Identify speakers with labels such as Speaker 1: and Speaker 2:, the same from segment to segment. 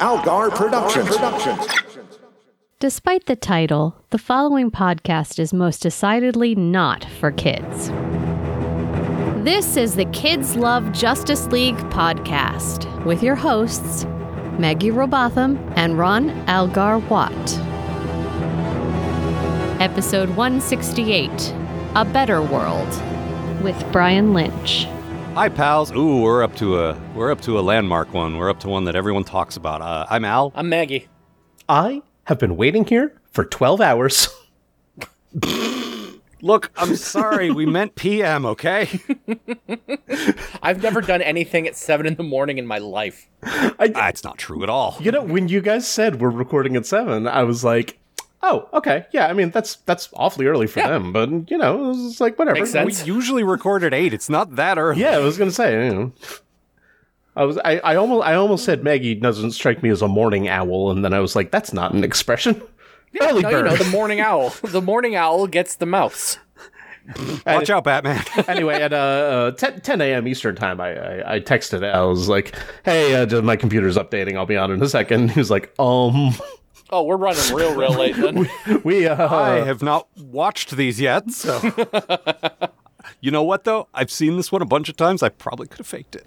Speaker 1: Algar Productions.
Speaker 2: Despite the title, the following podcast is most decidedly not for kids. This is the Kids Love Justice League podcast with your hosts, Maggie Robotham and Ron Algar Watt. Episode 168 A Better World with Brian Lynch.
Speaker 3: Hi, pals. Ooh, we're up to a we're up to a landmark one. We're up to one that everyone talks about. Uh, I'm Al.
Speaker 4: I'm Maggie.
Speaker 5: I have been waiting here for 12 hours.
Speaker 3: Look, I'm sorry. we meant PM. Okay.
Speaker 4: I've never done anything at seven in the morning in my life.
Speaker 3: That's Ah, not true at all.
Speaker 5: You know, when you guys said we're recording at 7, I was like, "Oh, okay. Yeah, I mean, that's that's awfully early for them, but you know, it was just like whatever."
Speaker 4: Makes sense.
Speaker 3: We usually record at eight. It's not that early.
Speaker 5: Yeah, I was going to say, you know. I was I, I almost I almost said Maggie doesn't strike me as a morning owl and then I was like, "That's not an expression." early
Speaker 4: No, you
Speaker 5: bird.
Speaker 4: know, the morning owl. The morning owl gets the mouse.
Speaker 3: Watch out, Batman.
Speaker 5: anyway, at uh, uh, 10, 10 a.m. Eastern time, I, I, I texted. Al. I was like, "Hey, uh, just- my computer's updating. I'll be on in a second. He was like, "Um,
Speaker 4: Oh, we're running real, real late then.
Speaker 5: we uh,
Speaker 3: I have not watched these yet. So. You know what though? I've seen this one a bunch of times. I probably could have faked it.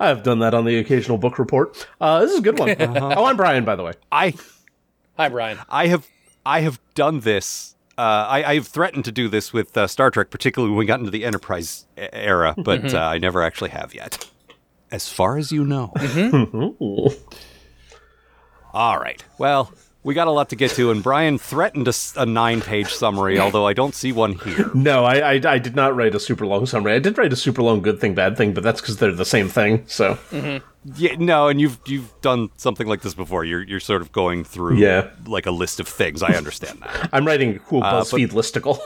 Speaker 5: I've done that on the occasional book report. Uh, this is a good one.
Speaker 4: Uh-huh.
Speaker 5: Oh, I'm Brian, by the way.
Speaker 3: I
Speaker 4: Hi, Brian.
Speaker 3: I have I have done this. Uh, I, I have threatened to do this with uh, Star Trek, particularly when we got into the Enterprise e- era, but uh, I never actually have yet. As far as you know. All right. Well, we got a lot to get to, and Brian threatened a, nine page summary, although I don't see one here.
Speaker 5: No, I, I I did not write a super long summary. I did write a super long good thing, bad thing, but that's because they're the same thing. So
Speaker 3: Yeah, no, and you've you've done something like this before. You're you're sort of going through
Speaker 5: Yeah.
Speaker 3: like a list of things. I understand that.
Speaker 5: I'm writing a cool
Speaker 3: but-
Speaker 5: BuzzFeed listicle.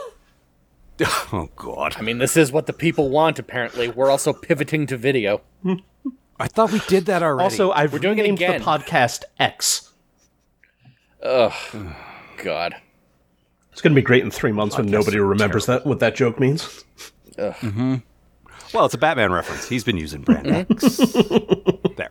Speaker 3: oh God.
Speaker 4: I mean, this is what the people want, apparently. We're also pivoting to video.
Speaker 3: I thought we did that already.
Speaker 5: Also, I've
Speaker 4: doing it
Speaker 5: renamed
Speaker 4: again.
Speaker 5: the podcast X.
Speaker 4: God.
Speaker 5: It's going to be great in three months when nobody remembers that what that joke means.
Speaker 3: Well, it's a Batman reference. He's been using brand X. there.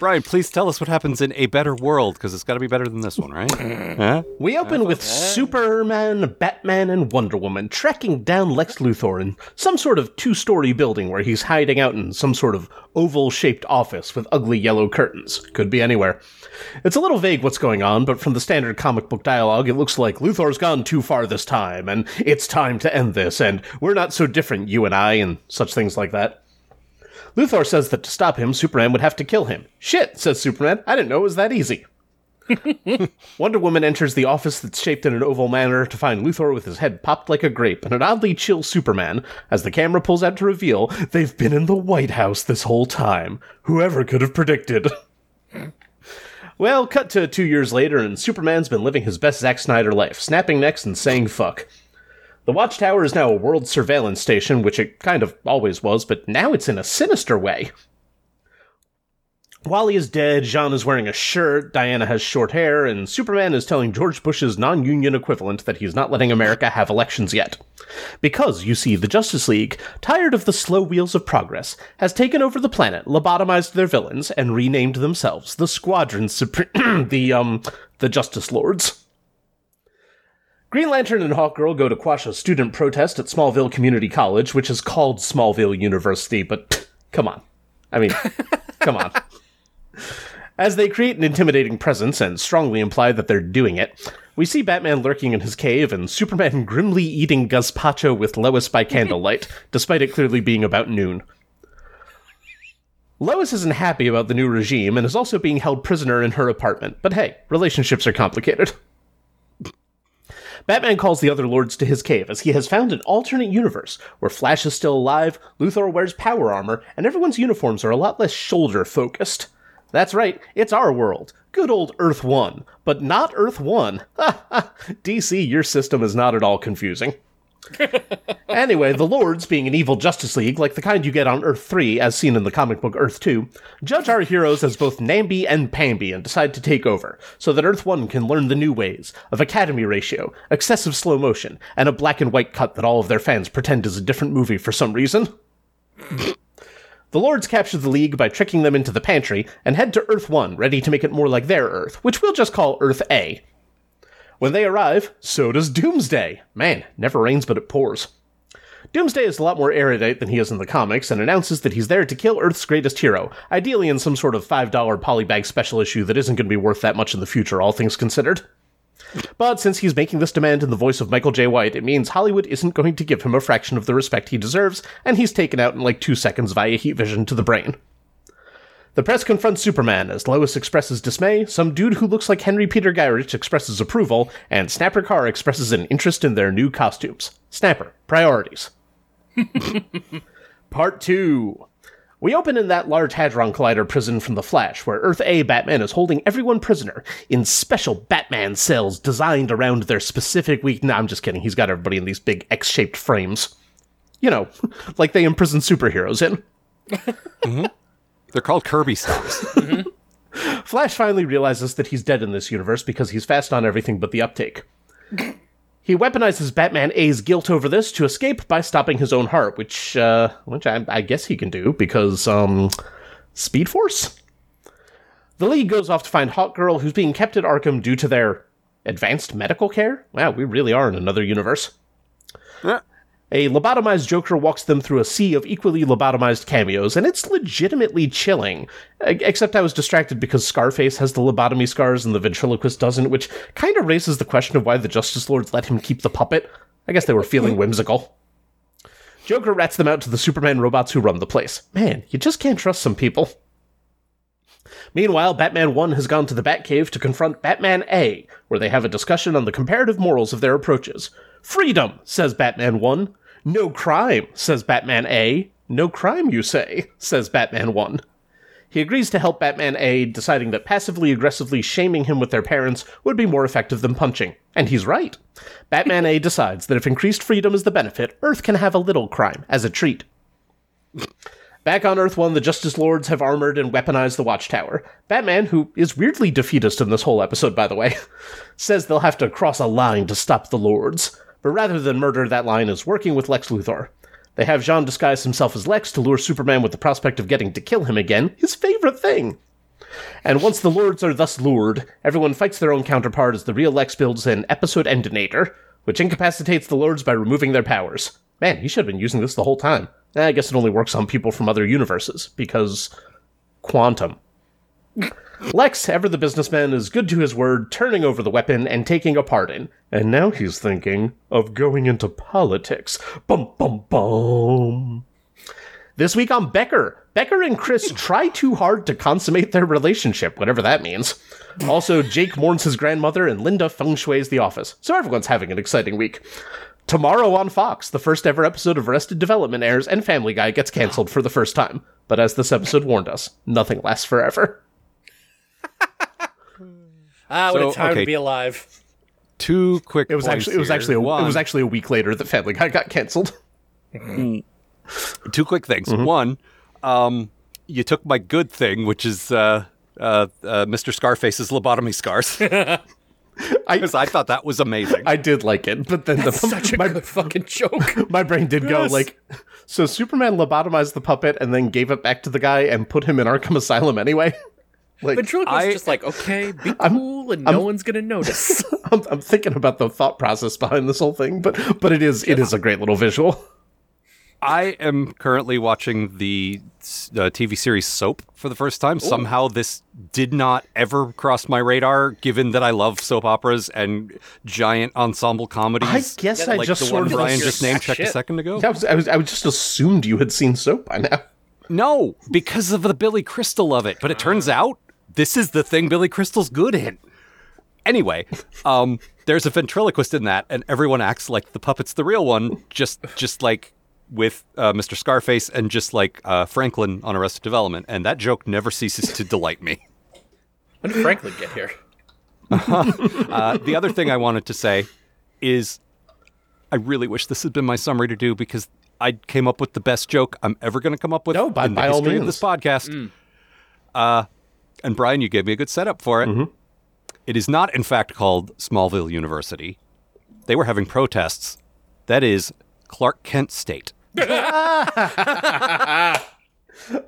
Speaker 3: Brian, please tell us what happens in A Better World, because it's got to be better than this one, right? huh?
Speaker 5: We open with Superman, Batman, and Wonder Woman tracking down Lex Luthor in some sort of two story building where he's hiding out in some sort of oval shaped office with ugly yellow curtains. Could be anywhere. It's a little vague what's going on, but from the standard comic book dialogue, it looks like Luthor's gone too far this time, and it's time to end this, and we're not so different, you and I, and such things like that. Luthor says that to stop him, Superman would have to kill him. Shit, says Superman. I didn't know it was that easy. Wonder Woman enters the office that's shaped in an oval manner to find Luthor with his head popped like a grape and an oddly chill Superman as the camera pulls out to reveal they've been in the White House this whole time. Whoever could have predicted? well, cut to two years later, and Superman's been living his best Zack Snyder life, snapping necks and saying fuck. The Watchtower is now a world surveillance station, which it kind of always was, but now it's in a sinister way. Wally is dead, Jean is wearing a shirt, Diana has short hair, and Superman is telling George Bush's non union equivalent that he's not letting America have elections yet. Because, you see, the Justice League, tired of the slow wheels of progress, has taken over the planet, lobotomized their villains, and renamed themselves the Squadron Supreme. the, um, the Justice Lords. Green Lantern and Hawkgirl go to quash a student protest at Smallville Community College, which is called Smallville University, but come on. I mean, come on. As they create an intimidating presence and strongly imply that they're doing it, we see Batman lurking in his cave and Superman grimly eating gazpacho with Lois by candlelight, despite it clearly being about noon. Lois isn't happy about the new regime and is also being held prisoner in her apartment, but hey, relationships are complicated. Batman calls the other lords to his cave as he has found an alternate universe where Flash is still alive, Luthor wears power armor, and everyone's uniforms are a lot less shoulder focused. That's right, it's our world. Good old Earth 1, but not Earth 1. DC, your system is not at all confusing. Anyway, the Lords, being an evil Justice League, like the kind you get on Earth 3, as seen in the comic book Earth 2, judge our heroes as both Namby and Pamby and decide to take over, so that Earth 1 can learn the new ways of Academy ratio, excessive slow motion, and a black and white cut that all of their fans pretend is a different movie for some reason. The Lords capture the League by tricking them into the pantry and head to Earth 1, ready to make it more like their Earth, which we'll just call Earth A. When they arrive, so does Doomsday. Man, never rains but it pours. Doomsday is a lot more erudite than he is in the comics and announces that he's there to kill Earth's greatest hero, ideally in some sort of $5 polybag special issue that isn't going to be worth that much in the future, all things considered. But since he's making this demand in the voice of Michael J. White, it means Hollywood isn't going to give him a fraction of the respect he deserves, and he's taken out in like two seconds via heat vision to the brain. The press confronts Superman as Lois expresses dismay, some dude who looks like Henry Peter Gyrich expresses approval, and Snapper Carr expresses an interest in their new costumes. Snapper, priorities. Part 2. We open in that Large Hadron Collider prison from The Flash, where Earth A Batman is holding everyone prisoner in special Batman cells designed around their specific weak. No, I'm just kidding. He's got everybody in these big X shaped frames. You know, like they imprison superheroes in.
Speaker 3: They're called Kirby cells.
Speaker 5: Flash finally realizes that he's dead in this universe because he's fast on everything but the uptake. he weaponizes Batman A's guilt over this to escape by stopping his own heart, which uh, which I, I guess he can do because um, Speed Force. The League goes off to find Hawkgirl, who's being kept at Arkham due to their advanced medical care. Wow, we really are in another universe.
Speaker 3: Yeah.
Speaker 5: A lobotomized Joker walks them through a sea of equally lobotomized cameos, and it's legitimately chilling. E- Except I was distracted because Scarface has the lobotomy scars and the ventriloquist doesn't, which kind of raises the question of why the Justice Lords let him keep the puppet. I guess they were feeling whimsical. Joker rats them out to the Superman robots who run the place. Man, you just can't trust some people. Meanwhile, Batman 1 has gone to the Batcave to confront Batman A, where they have a discussion on the comparative morals of their approaches. Freedom, says Batman 1. No crime, says Batman A. No crime, you say, says Batman 1. He agrees to help Batman A, deciding that passively aggressively shaming him with their parents would be more effective than punching. And he's right. Batman A decides that if increased freedom is the benefit, Earth can have a little crime as a treat. Back on Earth 1, the Justice Lords have armored and weaponized the Watchtower. Batman, who is weirdly defeatist in this whole episode, by the way, says they'll have to cross a line to stop the Lords. But rather than murder, that line is working with Lex Luthor. They have Jean disguise himself as Lex to lure Superman with the prospect of getting to kill him again, his favorite thing. And once the Lords are thus lured, everyone fights their own counterpart as the real Lex builds an episode endinator, which incapacitates the Lords by removing their powers. Man, he should have been using this the whole time. Eh, I guess it only works on people from other universes, because quantum. Lex, ever the businessman, is good to his word, turning over the weapon and taking a pardon. And now he's thinking of going into politics. Bum bum bum. This week on Becker, Becker and Chris try too hard to consummate their relationship, whatever that means. Also, Jake mourns his grandmother and Linda feng shui's the office. So everyone's having an exciting week. Tomorrow on Fox, the first ever episode of Arrested Development airs and Family Guy gets canceled for the first time. But as this episode warned us, nothing lasts forever.
Speaker 4: Ah, what
Speaker 3: So,
Speaker 4: a time
Speaker 3: okay.
Speaker 4: to be alive.
Speaker 3: Two quick.
Speaker 5: It was actually it was actually a,
Speaker 3: one.
Speaker 5: it was actually a week later that Family Guy got canceled.
Speaker 3: two quick things.
Speaker 5: Mm-hmm.
Speaker 3: One, um, you took my good thing, which is uh, uh, uh, Mr. Scarface's lobotomy scars, because I thought that was amazing.
Speaker 5: I did like it, but then the,
Speaker 4: Such a
Speaker 5: my
Speaker 4: good fucking joke.
Speaker 5: my brain did go
Speaker 4: Yes.
Speaker 5: like so Superman lobotomized the puppet and then gave it back to the guy and put him in Arkham Asylum anyway. like
Speaker 4: Ventriloquist's
Speaker 3: I-
Speaker 4: just like, okay, be cool, and no one's gonna notice.
Speaker 5: I'm, I'm thinking about the thought process behind this whole thing, but but it is it is a great little visual.
Speaker 3: I am currently watching the uh, TV series Soap for the first time. Somehow, this did not ever cross my radar, given that I love soap operas and giant ensemble
Speaker 5: I
Speaker 3: comedies.
Speaker 5: guess I
Speaker 3: like
Speaker 5: just
Speaker 3: the
Speaker 5: sort
Speaker 3: one
Speaker 5: of
Speaker 3: Brian
Speaker 4: assumed-
Speaker 3: just name checked a
Speaker 4: Shit.
Speaker 3: second ago.
Speaker 5: I was, I was I just assumed you had seen soap by now.
Speaker 3: No, because of the Billy Crystal of it. But it turns out this is the thing Billy Crystal's good in. Anyway, um, there's a ventriloquist in that, and everyone acts like the puppet's the real one, just just like with uh, Mr. Scarface and just like uh, Franklin on Arrested Development. And that joke never ceases to delight me.
Speaker 4: When did Franklin get here?
Speaker 3: Uh, the other thing I wanted to say is I really wish this had been my summary to do because I came up with the best joke I'm ever going to come up with
Speaker 5: No, by-
Speaker 3: in the
Speaker 5: by all
Speaker 3: history of this podcast. Uh, and Brian, you gave me a good setup for it.
Speaker 5: Mm-hmm.
Speaker 3: It is not, in fact, called Smallville University. They were having protests. That is Clark Kent State.
Speaker 5: Oh,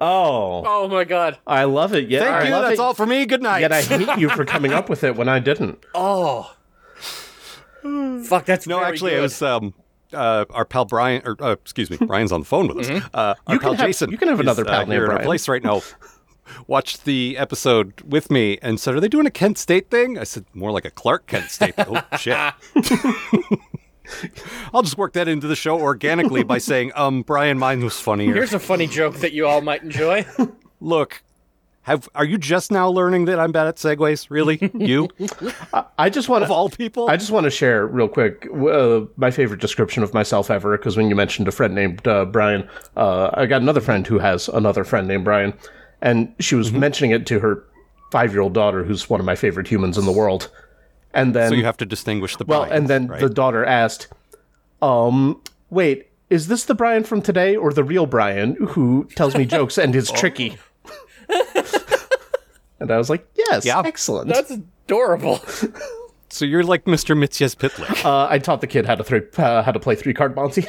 Speaker 4: Oh my god.
Speaker 5: I love it. Yeah,
Speaker 3: Thank
Speaker 5: I
Speaker 3: you.
Speaker 5: love
Speaker 3: That's
Speaker 5: it.
Speaker 3: all for me. Good night.
Speaker 5: Yet I hate you for coming up with it when I didn't.
Speaker 4: Oh. Fuck, that's
Speaker 3: no,
Speaker 4: very
Speaker 3: actually,
Speaker 4: good.
Speaker 3: it was um, uh, our pal Brian, or uh, excuse me, Brian's on the phone with us. Uh, our
Speaker 5: Mm-hmm. You can
Speaker 3: pal
Speaker 5: have-
Speaker 3: Jason.
Speaker 5: you can have
Speaker 3: is,
Speaker 5: another pal
Speaker 3: uh,
Speaker 5: named
Speaker 3: here in our
Speaker 5: Brian.
Speaker 3: place right now. Watched the episode with me and said, "Are they doing a Kent State thing?" I said, "More like a Clark Kent State." oh shit! I'll just work that into the show organically by saying, "Um, Brian, mine was funnier."
Speaker 4: Here's a funny joke that you all might enjoy.
Speaker 3: Look, have are you just now learning that I'm bad at segues? Really, you
Speaker 5: I just want
Speaker 3: of all people?
Speaker 5: I just want to share real quick uh, my favorite description of myself ever because when you mentioned a friend named uh, Brian, uh, I got another friend who has another friend named Brian, and she was
Speaker 3: Mm-hmm.
Speaker 5: mentioning it to her five year old daughter, who's one of my favorite humans in the world. And then,
Speaker 3: so you have to distinguish the
Speaker 5: well,
Speaker 3: Brians,
Speaker 5: and then
Speaker 3: right?
Speaker 5: the daughter asked, "Um, wait, is this the Brian from today or the real Brian who tells me jokes and
Speaker 3: Oh.
Speaker 5: is tricky?" and I was like, "Yes,
Speaker 3: Yeah.
Speaker 5: excellent."
Speaker 4: That's adorable.
Speaker 3: so you're like Mr. Mitzias Pitlick.
Speaker 5: uh, I taught the kid how to three, uh, how to play three card Monty.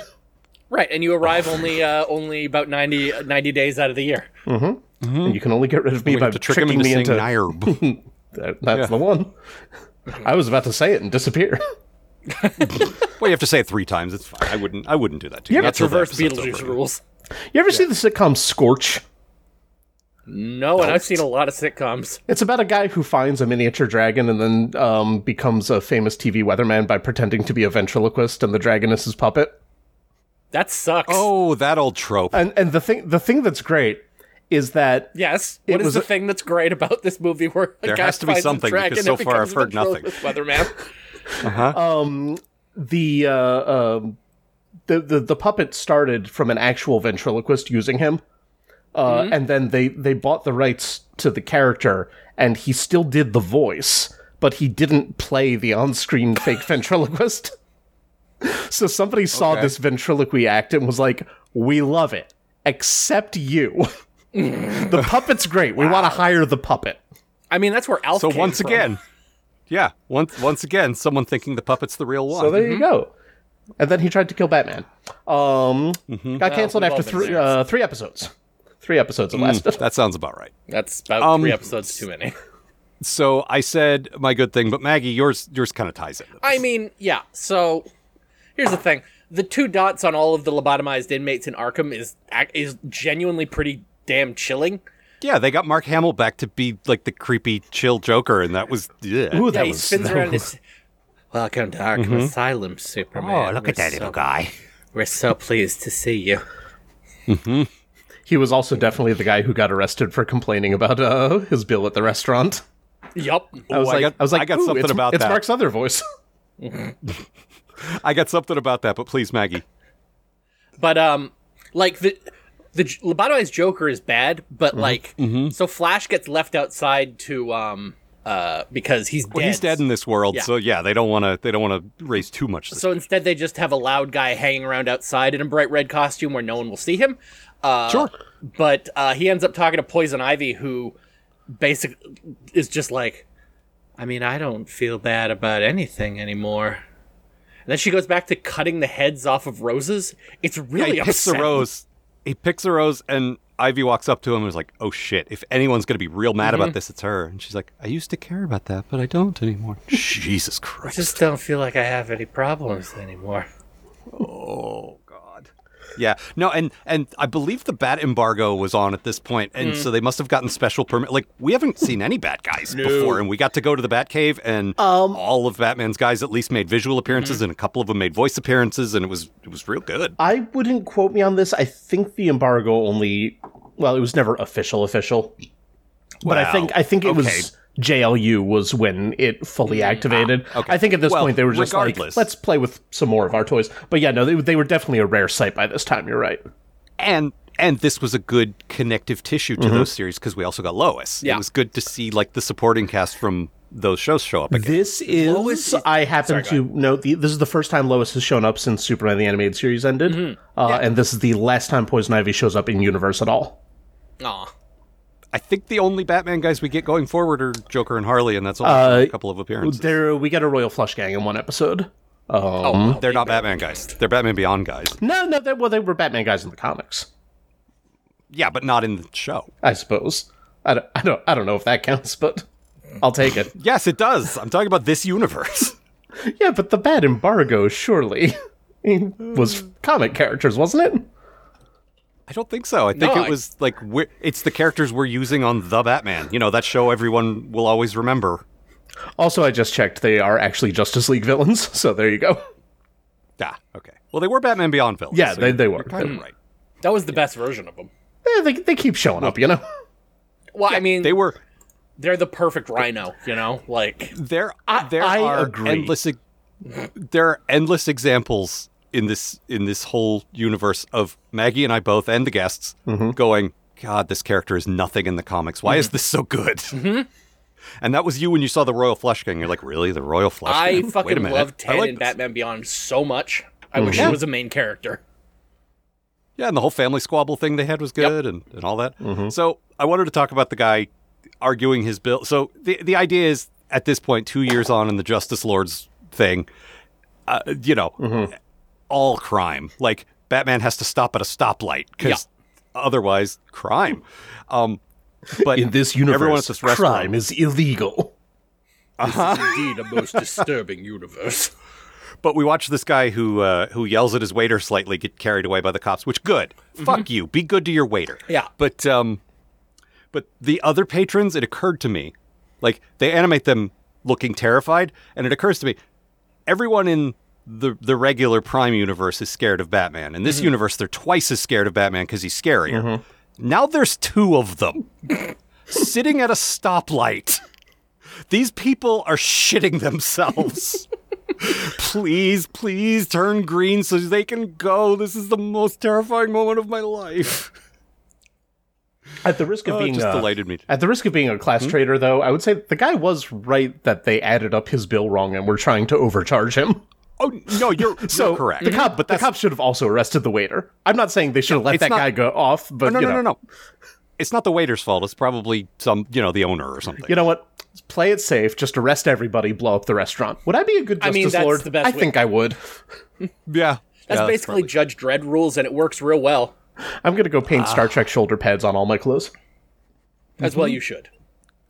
Speaker 4: Right, and you arrive only uh, only about 90, 90 days out of the year.
Speaker 5: And you can only get rid of me
Speaker 3: We
Speaker 5: by
Speaker 3: have to trick him
Speaker 5: tricking
Speaker 3: into saying
Speaker 5: me into.
Speaker 3: Nierb.
Speaker 5: That- That's the one. I was about to say it and disappear.
Speaker 3: well, you have to say it three times. It's fine. I wouldn't. I wouldn't do that to you.
Speaker 5: Yeah,
Speaker 3: Not
Speaker 5: it's
Speaker 3: till the
Speaker 4: Reverse
Speaker 3: episode's
Speaker 4: Beetlejuice
Speaker 3: over.
Speaker 4: rules.
Speaker 5: You ever see the sitcom Scorch?
Speaker 4: No, and I've seen a lot of sitcoms.
Speaker 5: It's about a guy who finds a miniature dragon and then um, becomes a famous TV weatherman by pretending to be a ventriloquist, and the dragon is his puppet.
Speaker 4: That sucks.
Speaker 3: Oh, that old trope.
Speaker 5: And and the thing the thing that's great is that
Speaker 4: yes.
Speaker 5: It
Speaker 4: What is
Speaker 5: was
Speaker 4: the
Speaker 5: a-
Speaker 4: thing that's great about this movie? Where a
Speaker 3: There
Speaker 4: guy
Speaker 3: has to be
Speaker 4: finds a
Speaker 3: something,
Speaker 4: dragon
Speaker 3: because
Speaker 4: and
Speaker 3: so far I've
Speaker 4: becomes
Speaker 3: heard
Speaker 4: a
Speaker 3: nothing.
Speaker 4: ventriloquist Weatherman.
Speaker 5: the uh, um, the, the the puppet started from an actual ventriloquist using him, uh, and then they they bought the rights to the character, and he still did the voice, but he didn't play the on-screen fake ventriloquist. So somebody saw
Speaker 3: Okay.
Speaker 5: this ventriloquy act and was like, "We love it, except you. the puppet's great. We want to hire the puppet."
Speaker 4: I mean, that's where Alf.
Speaker 3: so
Speaker 4: came
Speaker 3: once
Speaker 4: from.
Speaker 3: again, yeah, once once again, someone thinking the puppet's the real one.
Speaker 5: So there you go. And then he tried to kill Batman. Um,
Speaker 3: Mm-hmm.
Speaker 5: Got canceled
Speaker 4: we've all
Speaker 5: after
Speaker 4: been
Speaker 5: three
Speaker 4: there.
Speaker 5: uh, three episodes. Three episodes it lasted.
Speaker 3: Hmm, that sounds about right.
Speaker 4: that's about
Speaker 3: Um,
Speaker 4: three episodes too many.
Speaker 3: So I said my good thing, but Maggie, yours yours kind of ties it.
Speaker 4: I mean, yeah. So here's the thing: the two dots on all of the lobotomized inmates in Arkham is ac- is genuinely pretty damn chilling.
Speaker 3: Yeah, they got Mark Hamill back to be like the creepy, chill Joker, and that was yeah.
Speaker 5: Ooh,
Speaker 4: Yeah,
Speaker 5: that
Speaker 4: he
Speaker 5: was,
Speaker 4: spins
Speaker 5: that
Speaker 4: around
Speaker 5: was- Mm-hmm.
Speaker 4: his.
Speaker 5: Oh,
Speaker 4: Welcome to Arkham Asylum, Superman. We're so-
Speaker 3: guy.
Speaker 4: We're so pleased to see you.
Speaker 5: He was also definitely the guy who got arrested for complaining about uh, his bill at the restaurant.
Speaker 4: Yup.
Speaker 5: I was
Speaker 3: Ooh, Oh, I
Speaker 5: like,
Speaker 3: got-
Speaker 5: was like,
Speaker 3: I got
Speaker 5: "Ooh,
Speaker 3: something
Speaker 5: it's,
Speaker 3: about
Speaker 5: it's
Speaker 3: that."
Speaker 5: Mark's other voice.
Speaker 3: I got something about that, but please, Maggie.
Speaker 4: But um, like the the J- lobotomized Joker is bad,
Speaker 5: Mm-hmm.
Speaker 4: but like so Flash gets left outside to um uh because he's dead.
Speaker 3: Well, he's dead in this world,
Speaker 4: Yeah.
Speaker 3: so yeah, they don't want to. They don't want to raise too much.
Speaker 4: So instead, they just have a loud guy hanging around outside in a bright red costume where no one will see him. Uh,
Speaker 3: Sure.
Speaker 4: But uh, he ends up talking to Poison Ivy, who basically is just like, I mean, I don't feel bad about anything anymore. And then she goes back to cutting the heads off of roses. It's really
Speaker 3: he picks a
Speaker 4: upsetting.
Speaker 3: rose. He picks a rose, and Ivy walks up to him and is like, "Oh shit! If anyone's gonna be real mad about this, it's her." And she's like, "I used to care about that, but I don't anymore." Jesus Christ!
Speaker 4: Just don't feel like I have any problems anymore.
Speaker 3: Oh God. Yeah. No, and and I believe the bat embargo was on at this point, and so they must have gotten special permit. Like we haven't seen any bat guys before, and we got to go to the Bat Cave, and all of Batman's guys at least made visual appearances, and a couple of them made voice appearances, and it was it was real good.
Speaker 5: I wouldn't quote me on this. I think the embargo only, well, it was never official, official. But I
Speaker 3: Wow.
Speaker 5: think I think it was JLU was when it fully activated.
Speaker 3: Mm, ah, okay.
Speaker 5: I think at this
Speaker 3: Well,
Speaker 5: point they were just
Speaker 3: regardless.
Speaker 5: like, let's play with some more of our toys. But yeah, no, they, they were definitely a rare sight by this time. You're right.
Speaker 3: and and this was a good connective tissue
Speaker 5: Mm-hmm.
Speaker 3: to those series because we also got Lois.
Speaker 4: Yeah.
Speaker 3: It was good to see like the supporting cast from those shows show up again.
Speaker 5: This is
Speaker 4: Lois is-
Speaker 5: I happen to note the, this is the first time Lois has shown up since Superman the animated series ended,
Speaker 3: Mm-hmm.
Speaker 5: uh, and this is the last time Poison Ivy shows up in universe at all.
Speaker 4: Aw.
Speaker 3: I think the only Batman guys we get going forward are Joker and Harley, and that's only
Speaker 5: Uh,
Speaker 3: a couple of appearances.
Speaker 5: There we get a Royal Flush Gang in one episode.
Speaker 4: Oh, wow.
Speaker 3: They're not Batman guys. They're Batman Beyond guys.
Speaker 5: No, no, they, well they were Batman guys in the comics.
Speaker 3: yeah, but not in the show.
Speaker 5: I suppose. I don't, I don't, I don't know if that counts, but I'll take it.
Speaker 3: Yes, it does. I'm talking about this universe.
Speaker 5: yeah, but the bad embargo surely it was comic characters, wasn't it?
Speaker 3: I don't think so. I think
Speaker 4: No,
Speaker 3: it
Speaker 4: I-
Speaker 3: was like we're, it's the characters we're using on the Batman. You know that show everyone will always remember.
Speaker 5: Also, I just checked; they are actually Justice League villains. So there you go.
Speaker 3: Ah, okay. Well, they were Batman Beyond villains.
Speaker 5: Yeah,
Speaker 3: so
Speaker 5: they, they
Speaker 3: you're
Speaker 5: were. Mm.
Speaker 3: kind of right.
Speaker 4: That was the best version of them.
Speaker 5: Eh, They, they keep showing up, you know.
Speaker 4: Well, I mean,
Speaker 3: They were.
Speaker 4: they're the perfect rhino, you know? Like,
Speaker 3: There, there
Speaker 5: I
Speaker 3: are
Speaker 5: agree.
Speaker 3: endless. e- There are endless examples in this in this whole universe of Maggie and I both and the guests going. God, this character is nothing in the comics. Why is this so good? And that was you when you saw the Royal Flush King. You're like, really, the Royal Flush
Speaker 4: I
Speaker 3: King? Wait a
Speaker 4: fucking
Speaker 3: minute.
Speaker 4: love Ted
Speaker 3: I like Oh,
Speaker 4: in
Speaker 3: this.
Speaker 4: Batman Beyond so much. I wish he was a main character.
Speaker 3: Yeah, and the whole family squabble thing they had was good and, and all that.
Speaker 5: Mm-hmm.
Speaker 3: So I wanted to talk about the guy arguing his bill. So the, the idea is at this point, two years on in the Justice Lords thing, uh, you know,
Speaker 5: Mm-hmm.
Speaker 3: all crime. Like Batman has to stop at a stoplight because otherwise, crime. Um, but
Speaker 5: In this universe,
Speaker 3: everyone at this restaurant-
Speaker 5: crime is illegal.
Speaker 3: Uh-huh.
Speaker 4: Indeed, a most disturbing universe.
Speaker 3: But we watch this guy who uh, who yells at his waiter slightly get carried away by the cops, which good. Fuck you. Be good to your waiter.
Speaker 4: Yeah.
Speaker 3: But um, but the other patrons, it occurred to me, like they animate them looking terrified, and it occurs to me, everyone in the the regular Prime universe is scared of Batman. In this universe, they're twice as scared of Batman because he's scarier. Now there's two of them sitting at a stoplight. These people are shitting themselves. please, please turn green so they can go. This is the most terrifying moment of my life.
Speaker 5: At the risk of
Speaker 3: Oh, it
Speaker 5: being
Speaker 3: just
Speaker 5: uh,
Speaker 3: delighted me.
Speaker 5: At the risk of being a class traitor, though, I would say the guy was right that they added up his bill wrong and were trying to overcharge him.
Speaker 3: Oh no, you're
Speaker 5: So
Speaker 3: you're correct.
Speaker 5: The cop,
Speaker 3: but
Speaker 5: the
Speaker 3: that's
Speaker 5: cop should have also arrested the waiter. I'm not saying they should have let
Speaker 3: it's
Speaker 5: that
Speaker 3: not- Oh,
Speaker 5: guy go off, but
Speaker 3: no,
Speaker 5: you
Speaker 3: no,
Speaker 5: know,
Speaker 3: no, no. It's not the waiter's fault. It's probably some, you know, the owner or something.
Speaker 5: You know what? Play it safe. Just arrest everybody. Blow up the restaurant. Would I be a good
Speaker 4: I
Speaker 5: justice
Speaker 4: mean, that's
Speaker 5: lord?
Speaker 4: the best
Speaker 5: I
Speaker 4: way-
Speaker 5: think I would.
Speaker 3: yeah,
Speaker 4: That's
Speaker 3: Yeah,
Speaker 4: basically Judge Dredd rules, and it works real well.
Speaker 5: I'm gonna go paint Star Trek shoulder pads on all my clothes.
Speaker 4: As well, you should.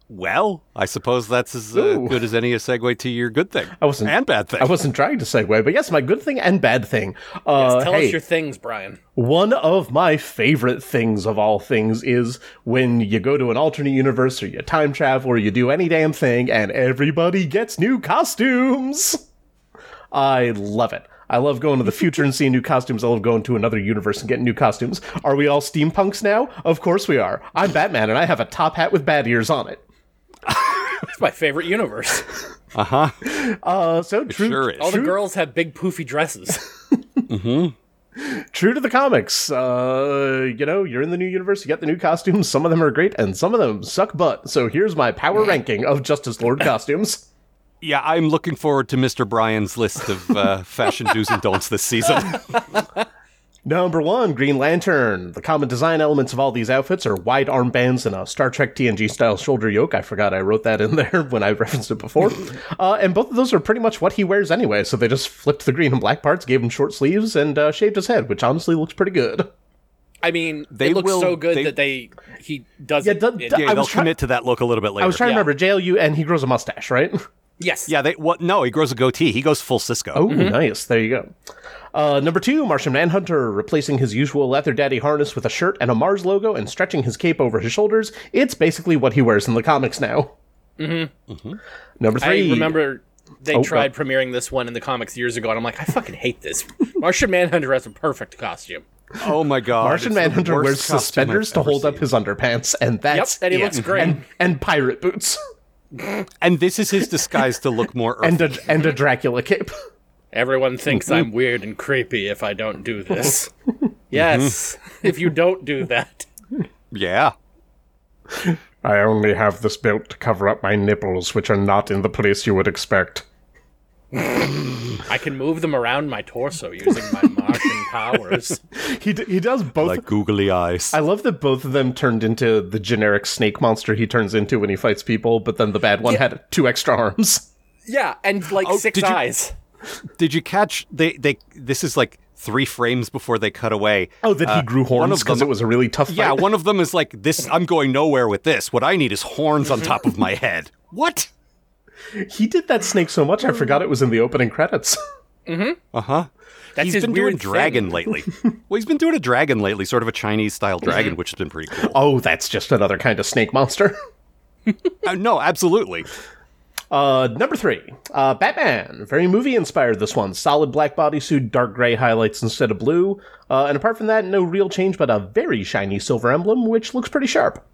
Speaker 3: Well, I suppose that's as uh,
Speaker 5: Ooh.
Speaker 3: good as any a segue to your good thing.
Speaker 5: I wasn't-
Speaker 3: and bad thing.
Speaker 5: I wasn't trying to segue, but yes, my good thing and bad thing. Uh,
Speaker 4: Tell
Speaker 5: hey,
Speaker 4: us your things, Brian.
Speaker 5: One of my favorite things of all things is when you go to an alternate universe or you time travel or you do any damn thing and everybody gets new costumes. I love it. I love going to the future and seeing new costumes. I love going to another universe and getting new costumes. Are we all steampunks now? Of course we are. I'm Batman and I have a top hat with bat ears on it.
Speaker 4: It's my favorite universe.
Speaker 5: Uh, so true,
Speaker 3: sure is.
Speaker 4: All the
Speaker 5: True,
Speaker 4: girls have big poofy dresses.
Speaker 5: true to the comics. Uh, you know, you're in the new universe, you get the new costumes. Some of them are great, and some of them suck butt. So here's my power ranking of Justice Lord costumes.
Speaker 3: Yeah, I'm looking forward to Mr. Bryan's list of uh, fashion do's and don'ts this season.
Speaker 5: Number one, Green Lantern. The common design elements of all these outfits are wide armbands and a Star Trek TNG style shoulder yoke. I forgot I wrote that in there when I referenced it before. uh, and both of those are pretty much what he wears anyway. So they just flipped the green and black parts, gave him short sleeves, and uh, shaved his head, which honestly looks pretty good.
Speaker 4: I mean,
Speaker 3: They
Speaker 4: they look
Speaker 3: will-
Speaker 4: so good
Speaker 3: they-
Speaker 4: that they he does
Speaker 5: Yeah,
Speaker 4: it.
Speaker 5: do-
Speaker 4: it-
Speaker 5: do-
Speaker 3: Yeah,
Speaker 5: I
Speaker 3: they'll
Speaker 5: was try-
Speaker 3: commit to that look a little bit later.
Speaker 5: I was
Speaker 4: Yeah.
Speaker 5: trying to remember JLU, and he grows a mustache, right?
Speaker 4: yes.
Speaker 3: yeah, they what? No, he grows a goatee. He goes full Cisco.
Speaker 5: Oh,
Speaker 4: Mm-hmm.
Speaker 5: nice. There you go. Uh, number two, Martian Manhunter, replacing his usual leather daddy harness with a shirt and a Mars logo and stretching his cape over his shoulders. It's basically what he wears in the comics now. Mm-hmm. Number
Speaker 4: I
Speaker 5: three.
Speaker 4: remember they
Speaker 5: Oh,
Speaker 4: tried premiering this one in the comics years ago, and I'm like, I fucking hate this. Martian Manhunter has a perfect costume.
Speaker 3: Oh my god!
Speaker 5: Martian
Speaker 3: it's the
Speaker 5: Manhunter
Speaker 3: worst
Speaker 5: wears
Speaker 3: costume I've
Speaker 5: suspenders to
Speaker 3: ever
Speaker 5: hold up
Speaker 3: seen.
Speaker 5: his underpants, and
Speaker 4: Yep,
Speaker 5: that's Mm-hmm.
Speaker 4: and he
Speaker 5: it.
Speaker 4: looks great.
Speaker 5: And pirate boots,
Speaker 3: And this is his disguise to look more. Earthy.
Speaker 5: and a and a Dracula cape.
Speaker 4: Everyone thinks I'm weird and creepy if I don't do this. yes, if you don't do that.
Speaker 3: yeah,
Speaker 5: I only have this belt to cover up my nipples, which are not in the place you would expect.
Speaker 4: I can move them around my torso using my Martian powers.
Speaker 5: He d- he does both
Speaker 3: like googly eyes.
Speaker 5: I love that both of them turned into the generic snake monster he turns into when he fights people, but then the bad one had two extra arms.
Speaker 4: Yeah, and like
Speaker 3: Oh,
Speaker 4: six
Speaker 3: did you-
Speaker 4: eyes.
Speaker 3: Did you catch they they? This is like three frames before they cut away.
Speaker 5: Oh, that
Speaker 3: Uh,
Speaker 5: he grew
Speaker 3: one of
Speaker 5: horns because
Speaker 3: them-
Speaker 5: it was a really tough fight.
Speaker 3: Yeah, one of them is like this. I'm going nowhere with this. What I need is horns on top of my head. What?
Speaker 5: he did that snake so much I forgot it was in the opening credits.
Speaker 3: Uh huh.
Speaker 4: That's
Speaker 3: he's
Speaker 4: his
Speaker 3: been doing
Speaker 4: weird
Speaker 3: dragon
Speaker 4: thing.
Speaker 3: lately. well, he's been doing a dragon lately, sort of a Chinese style dragon, which has been pretty cool.
Speaker 5: oh, that's just another kind of snake monster.
Speaker 3: Uh, no, absolutely.
Speaker 5: Uh, number three, uh, Batman. Very movie inspired. This one, solid black bodysuit, dark gray highlights instead of blue. Uh, and apart from that, no real change, but a very shiny silver emblem, which looks pretty sharp.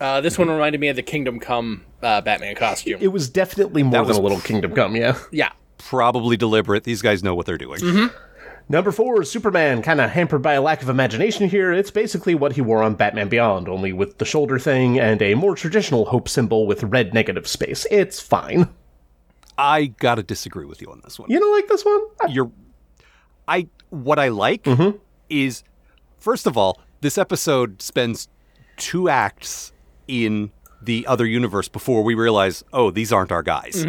Speaker 4: Uh, this one reminded me of the Kingdom Come uh, Batman costume.
Speaker 5: It was definitely more
Speaker 3: was-
Speaker 5: than a little Kingdom Come. Yeah.
Speaker 4: yeah.
Speaker 3: Probably deliberate. These guys know what they're doing.
Speaker 5: Mm-hmm. Number four, Superman, kind of hampered by a lack of imagination here. It's basically what he wore on Batman Beyond, only with the shoulder thing and a more traditional hope symbol with red negative space. It's fine.
Speaker 3: I gotta disagree with you on this one.
Speaker 5: You don't like this one? I-
Speaker 3: You're, I what I like is, first of all, this episode spends two acts in the other universe before we realize, oh, these aren't our guys,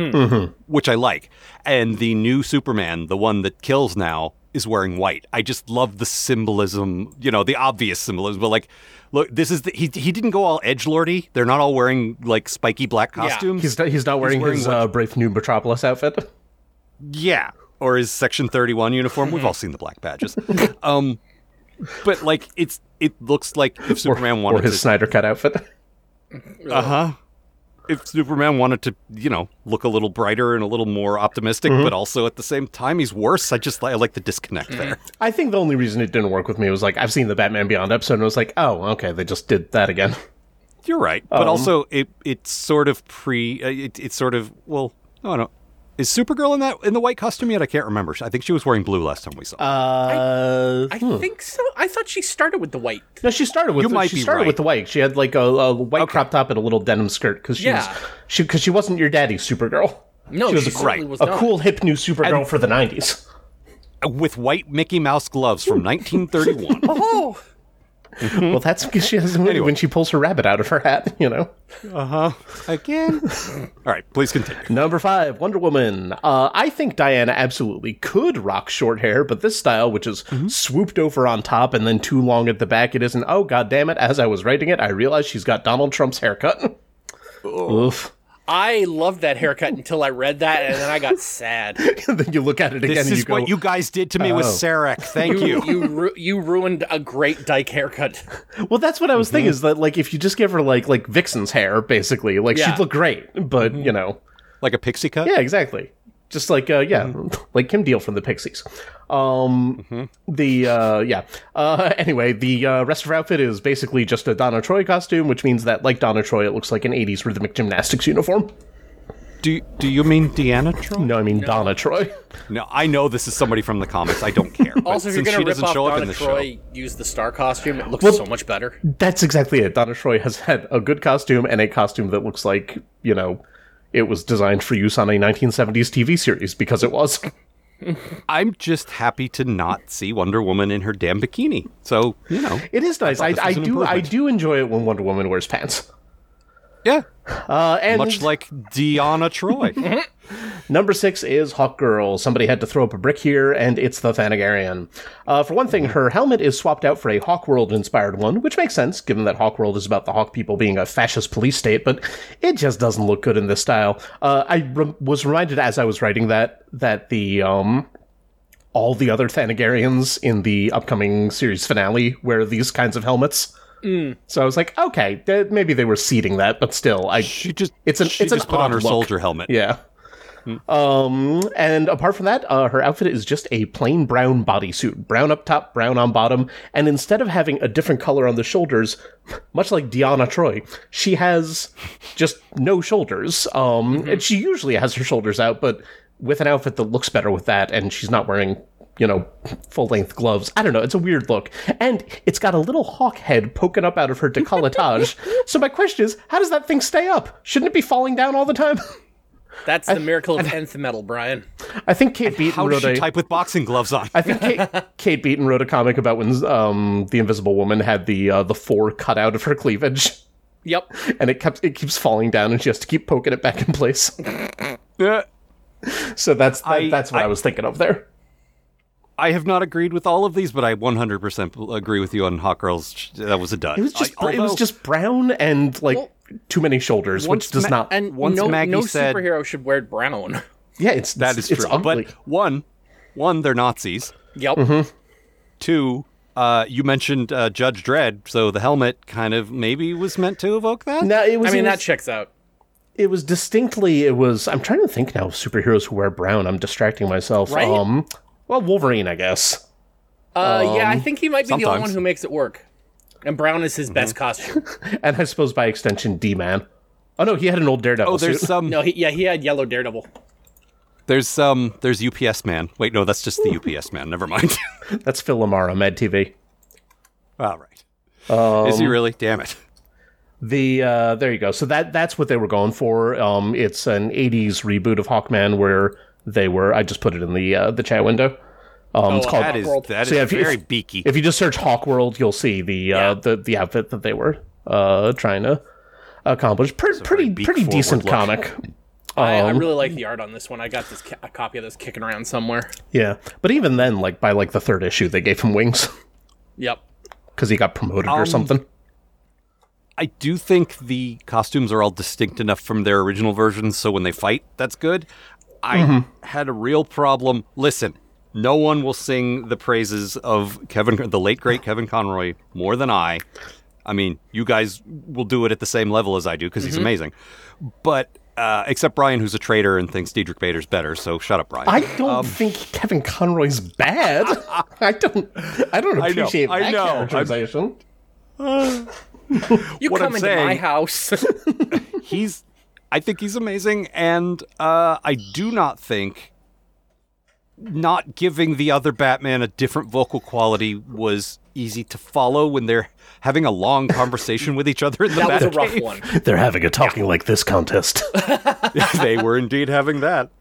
Speaker 3: which I like. And the new Superman, the one that kills now, is wearing white. I just love the symbolism, you know, the obvious symbolism. But like, look, this is the, he he didn't go all edge lordy. They're not all wearing like spiky black costumes.
Speaker 5: He's, he's not wearing,
Speaker 3: wearing
Speaker 5: his
Speaker 3: what-
Speaker 5: uh, Brave New Metropolis outfit.
Speaker 3: Yeah. Or his Section 31 uniform.
Speaker 5: Hmm.
Speaker 3: We've all seen the black badges. um, but like it's it looks like if Superman
Speaker 5: or,
Speaker 3: wanted
Speaker 5: or his
Speaker 3: to
Speaker 5: Snyder Cut outfit.
Speaker 3: uh-huh. If Superman wanted to, you know, look a little brighter and a little more optimistic,
Speaker 5: Mm-hmm.
Speaker 3: but also at the same time he's worse. I just I like the disconnect
Speaker 5: Hmm.
Speaker 3: there.
Speaker 5: I think the only reason it didn't work with me was like I've seen the Batman Beyond episode and I was like, oh, okay, they just did that again.
Speaker 3: You're right. But
Speaker 5: Um,
Speaker 3: also it it's sort of pre uh, it, it's sort of well, no, no. Is Supergirl in that in the white costume yet? I can't remember. I think she was wearing blue last time we saw. her.
Speaker 5: Uh,
Speaker 4: I think so. I thought she started with the white.
Speaker 5: No, she started with
Speaker 3: You
Speaker 5: the,
Speaker 3: might
Speaker 5: she
Speaker 3: be
Speaker 5: started
Speaker 3: right.
Speaker 5: with the white. She had like a, a white crop top and a little denim skirt because she
Speaker 4: Yeah.
Speaker 5: was she because she wasn't your daddy's Supergirl.
Speaker 4: No, she,
Speaker 5: was a-
Speaker 4: certainly
Speaker 3: right,
Speaker 4: was
Speaker 5: A
Speaker 4: not.
Speaker 5: cool hip new Supergirl for the nineties. Uh,
Speaker 3: With white Mickey Mouse gloves from 1931.
Speaker 4: Oh,
Speaker 5: Well, that's because she has when she pulls her rabbit out of her hat. You know.
Speaker 3: Again. All right, please continue.
Speaker 5: Number five, Wonder Woman. Uh, I think Diana absolutely could rock short hair, but this style, which is swooped over on top and then too long at the back, it isn't. Oh god damn it! As I was writing it, I realized she's got Donald Trump's haircut. Oof.
Speaker 4: I loved that haircut until I read that, and then I got sad.
Speaker 5: then you look at it again.
Speaker 3: This
Speaker 5: and
Speaker 3: is
Speaker 5: you go,
Speaker 3: what you guys did to me with
Speaker 5: Oh.
Speaker 3: Sarek. Thank
Speaker 4: you
Speaker 3: you.
Speaker 4: you, ru- you ruined a great dyke haircut.
Speaker 5: Well, that's what I was
Speaker 3: Mm-hmm.
Speaker 5: thinking. Is that like if you just give her like like Vixen's hair, basically, like
Speaker 4: Yeah.
Speaker 5: she'd look great. But
Speaker 3: Mm-hmm.
Speaker 5: you know,
Speaker 3: Like a pixie cut?
Speaker 5: yeah, exactly. Just like uh, yeah,
Speaker 3: Mm-hmm.
Speaker 5: like Kim Deal from the Pixies. Um, the uh, yeah. Uh, anyway, the uh, rest of her outfit is basically just a Donna Troy costume, which means that like Donna Troy, it looks like an '80s rhythmic gymnastics uniform.
Speaker 3: Do, do you mean Deanna Troy?
Speaker 5: No, I mean Donna Troy.
Speaker 3: No, I know this is somebody from the comics. I don't care. But
Speaker 4: Also, if you're
Speaker 3: since
Speaker 4: gonna
Speaker 3: she
Speaker 4: rip
Speaker 3: doesn't
Speaker 4: off
Speaker 3: show up
Speaker 4: Donna
Speaker 3: in the
Speaker 4: Troy, use the star costume. It looks so much better.
Speaker 5: That's exactly it. Donna Troy has had a good costume and a costume that looks like you know. It was designed for use on a 1970s TV series because it was.
Speaker 3: show, I'm just happy to not see Wonder Woman in her damn bikini. So, you know.
Speaker 5: It is nice. I,
Speaker 3: this
Speaker 5: I,
Speaker 3: was an
Speaker 5: do I
Speaker 3: improvement.
Speaker 5: do enjoy it when Wonder Woman wears pants.
Speaker 3: Yeah.
Speaker 5: Uh, and
Speaker 3: Much like Deanna Troy.
Speaker 5: Mhm. number six is Hawk Girl. Somebody had to throw up a brick here, and it's the Thanagarian. Uh, for one thing, her helmet is swapped out for a Hawkworld inspired one, which makes sense given that Hawkworld is about the Hawk people being a fascist police state. But it just doesn't look good in this style. Uh, I rem- was reminded as I was writing that that the um, all the other Thanagarians in the upcoming series finale wear these kinds of helmets. So I was like, okay, th- maybe they were seeding that, but still, I
Speaker 3: She just,
Speaker 5: It's an-
Speaker 3: she
Speaker 5: it's an
Speaker 3: just put on
Speaker 5: odd
Speaker 3: her
Speaker 5: look.
Speaker 3: soldier helmet.
Speaker 5: yeah. Um, and apart from that, uh, her outfit is just a plain brown bodysuit, brown up top, brown on bottom, and instead of having a different color on the shoulders, much like Diana Troy, she has just no shoulders. Um, and she usually has her shoulders out, but with an outfit that looks better with that, and she's not wearing, you know, full length gloves. I don't know, it's a weird look, and it's got a little hawk head poking up out of her decolletage. so my question is, how does that thing stay up? Shouldn't it be falling down all the time?
Speaker 4: That's the miracle of nth metal, Brian.
Speaker 5: I think Kate Beaton
Speaker 3: How does
Speaker 5: wrote
Speaker 3: she
Speaker 5: a.
Speaker 3: type with boxing gloves on?
Speaker 5: I think Kate, Kate Beaton wrote a comic about when um, the Invisible Woman had the uh, the four cut out of her cleavage,
Speaker 4: Yep.
Speaker 5: and it kept it keeps falling down, and she has to keep poking it back in place.
Speaker 3: Yeah.
Speaker 5: So that's that,
Speaker 3: I-
Speaker 5: that's what I,
Speaker 3: I-
Speaker 5: was thinking of there.
Speaker 3: I have not agreed with all of these, but I 100% agree with you on Hot Girls. Sh- That was a dud.
Speaker 5: It was just
Speaker 3: I-
Speaker 5: it was
Speaker 3: although-
Speaker 5: just brown and like
Speaker 4: Well,
Speaker 5: too many shoulders,
Speaker 3: once
Speaker 5: which does
Speaker 3: Ma-
Speaker 5: not.
Speaker 4: And
Speaker 3: Once
Speaker 4: no,
Speaker 3: Maggie
Speaker 4: no
Speaker 3: said-
Speaker 4: superhero should wear brown.
Speaker 5: yeah, it's
Speaker 3: that
Speaker 5: it's-
Speaker 3: is
Speaker 5: it's
Speaker 3: true.
Speaker 5: ugly.
Speaker 3: But one, one, they're Nazis.
Speaker 4: yep.
Speaker 3: Mm-hmm. Two, uh, you mentioned uh, Judge Dredd, so the helmet kind of maybe was meant to evoke that.
Speaker 5: no, it was.
Speaker 4: I mean,
Speaker 5: it
Speaker 4: that
Speaker 5: was,
Speaker 4: checks out.
Speaker 5: it was distinctly. It was. I'm trying to think now. of Superheroes who wear brown. I'm distracting myself.
Speaker 4: Right?
Speaker 5: Um. Well, Wolverine, I guess.
Speaker 4: Uh, yeah, I think he might be the only
Speaker 3: Um, sometimes. Mm-hmm.
Speaker 4: one who makes it work. And brown is his best costume.
Speaker 5: And I suppose by extension, D Man. Oh no, he had an old Daredevil
Speaker 3: Oh, there's
Speaker 5: suit.
Speaker 3: some.
Speaker 4: No, he, yeah, he had yellow Daredevil.
Speaker 3: There's some. There's UPS man. Wait, no, that's just the UPS man. Never mind.
Speaker 5: That's Phil Lamar on Mad TV.
Speaker 3: All right. Is
Speaker 5: Um,
Speaker 3: he really? Damn it.
Speaker 5: The uh, there you go. So that that's what they were going for. Um, it's an '80s reboot of Hawkman where they were. I just put it in the uh, the chat window. Um, it's
Speaker 4: Oh,
Speaker 5: called
Speaker 3: That is
Speaker 4: World.
Speaker 3: that is
Speaker 5: So yeah, if you-
Speaker 3: very
Speaker 5: if-
Speaker 3: beaky.
Speaker 5: If you just search Hawk World, you'll see the uh, the the outfit that they were uh, trying to accomplish. Pre- pretty
Speaker 3: beak
Speaker 5: pretty
Speaker 3: forward
Speaker 5: decent
Speaker 3: look.
Speaker 5: comic.
Speaker 4: I, I
Speaker 5: Um,
Speaker 4: really like the art on this one. I got this ca- a copy of this kicking around somewhere.
Speaker 5: Yeah, but even then, like by like the third issue, they gave him wings
Speaker 4: Yep.
Speaker 5: because he got promoted
Speaker 3: Um,
Speaker 5: or something.
Speaker 3: I do think the costumes are all distinct enough from their original versions, so when they fight, that's good. I had a real problem. Listen, no one will sing the praises of Kevin, the late great Kevin Conroy, more than I. I mean, you guys will do it at the same level as I do because he's amazing. But uh, except Brian, who's a traitor and thinks Diedrich Bader's better, so shut up, Brian.
Speaker 5: I don't
Speaker 3: Um,
Speaker 5: think Kevin Conroy's bad. I don't. I don't
Speaker 3: know,
Speaker 5: appreciate
Speaker 3: I
Speaker 5: that
Speaker 3: know, I'm-
Speaker 5: characterization.
Speaker 4: You
Speaker 3: What
Speaker 4: come
Speaker 3: I'm
Speaker 4: into my
Speaker 3: saying-
Speaker 4: house.
Speaker 3: he's I think he's amazing, and uh, I do not think not giving the other Batman a different vocal quality was easy to follow when they're having a long conversation with each other in the
Speaker 4: that was a
Speaker 3: Batcave.
Speaker 4: rough one.
Speaker 5: They're having a talking like this contest.
Speaker 3: they were indeed having that.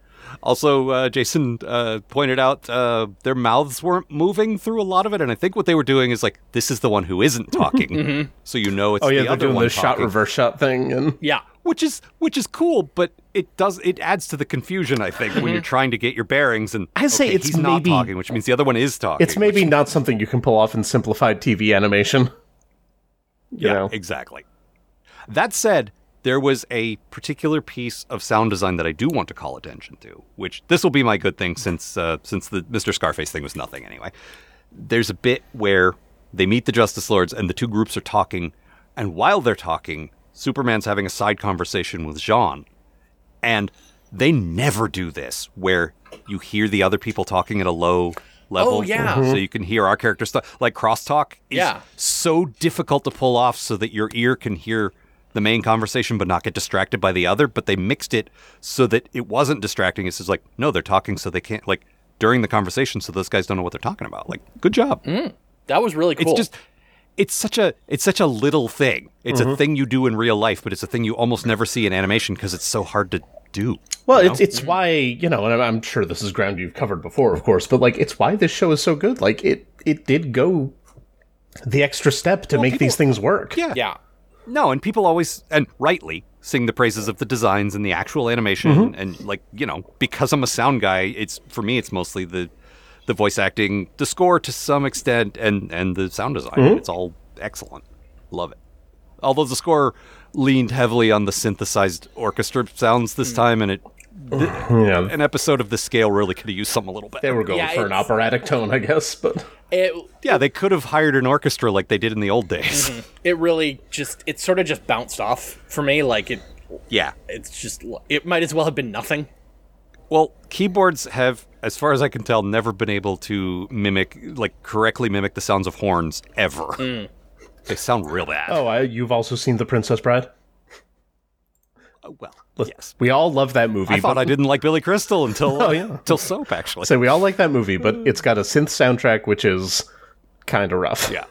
Speaker 3: Also, uh, Jason uh, pointed out uh, their mouths weren't moving through a lot of it, and I think what they were doing is like, this is the one who isn't talking,
Speaker 4: Mm-hmm.
Speaker 3: so you know it's
Speaker 5: oh yeah,
Speaker 3: the
Speaker 5: they're
Speaker 3: other
Speaker 5: doing
Speaker 3: one
Speaker 5: the shot
Speaker 3: talking.
Speaker 5: reverse shot thing, and
Speaker 4: Yeah.
Speaker 3: which is which is cool, but it does it adds to the confusion. I think when you're trying to get your bearings and
Speaker 5: Mm-hmm. I'd say
Speaker 3: okay,
Speaker 5: it's
Speaker 3: he's not
Speaker 5: maybe-
Speaker 3: talking, which means the other one is talking.
Speaker 5: it's maybe not something you can pull off in simplified TV animation.
Speaker 3: which- yeah,
Speaker 5: know.
Speaker 3: exactly. That said, there was a particular piece of sound design that I do want to call attention to, which this will be my good thing since uh, since the Mr. Scarface thing was nothing anyway. There's a bit where they meet the Justice Lords and the two groups are talking, and while they're talking, Superman's having a side conversation with Jean, and they never do this where you hear the other people talking at a low level
Speaker 4: Oh, yeah. Mhm.
Speaker 3: so you can hear our character stuff like crosstalk is
Speaker 4: Yeah.
Speaker 3: so difficult to pull off so that your ear can hear the main conversation but not get distracted by the other but they mixed it so that it wasn't distracting it's just like no they're talking so they can't like during the conversation so those guys don't know what they're talking about like good job
Speaker 4: That was really Mm-hmm. cool.
Speaker 3: it's just it's such a it's such a little thing it's
Speaker 4: Mm-hmm.
Speaker 3: a thing you do in real life but it's a thing you almost never see in animation because it's so hard to do
Speaker 5: Well, it's it's why you know, and I'm, I'm sure this is ground you've covered before, of course, but like it's why this show is so good. Like it it did go the extra step to make these things work.
Speaker 3: yeah
Speaker 4: yeah.
Speaker 3: No, and people always, and rightly, sing the praises of the designs and the actual animation,
Speaker 5: Mm-hmm.
Speaker 3: and like you know, because I'm a sound guy, it's for me, it's mostly the the voice acting, the score to some extent, and and the sound design.
Speaker 5: Mm-hmm.
Speaker 3: It's all excellent. Love it. Although the score leaned heavily on the synthesized orchestra sounds this time, and it
Speaker 5: Yeah,
Speaker 3: an episode of the scale really could have used some a little bit.
Speaker 5: they were going
Speaker 4: Yeah,
Speaker 5: for an
Speaker 4: it's-
Speaker 5: operatic tone, I guess. But
Speaker 4: It
Speaker 3: yeah, they could have hired an orchestra like they did in the old days.
Speaker 4: it really just it sort of just bounced off for me. Like it
Speaker 3: yeah.
Speaker 4: it's just it might as well have been nothing.
Speaker 3: Well, keyboards have, as far as I can tell, never been able to mimic, like, correctly mimic the sounds of horns ever.
Speaker 4: Mm.
Speaker 3: They sound real bad.
Speaker 5: oh, I, you've also seen The Princess Bride.
Speaker 3: Uh, well, yes.
Speaker 5: We all love that movie.
Speaker 3: I thought I didn't like Billy Crystal until uh,
Speaker 5: Oh, yeah.
Speaker 3: until soap actually.
Speaker 5: So we all like that movie,
Speaker 3: Hmm.
Speaker 5: but it's got a synth soundtrack, which is kind of rough.
Speaker 3: Yeah.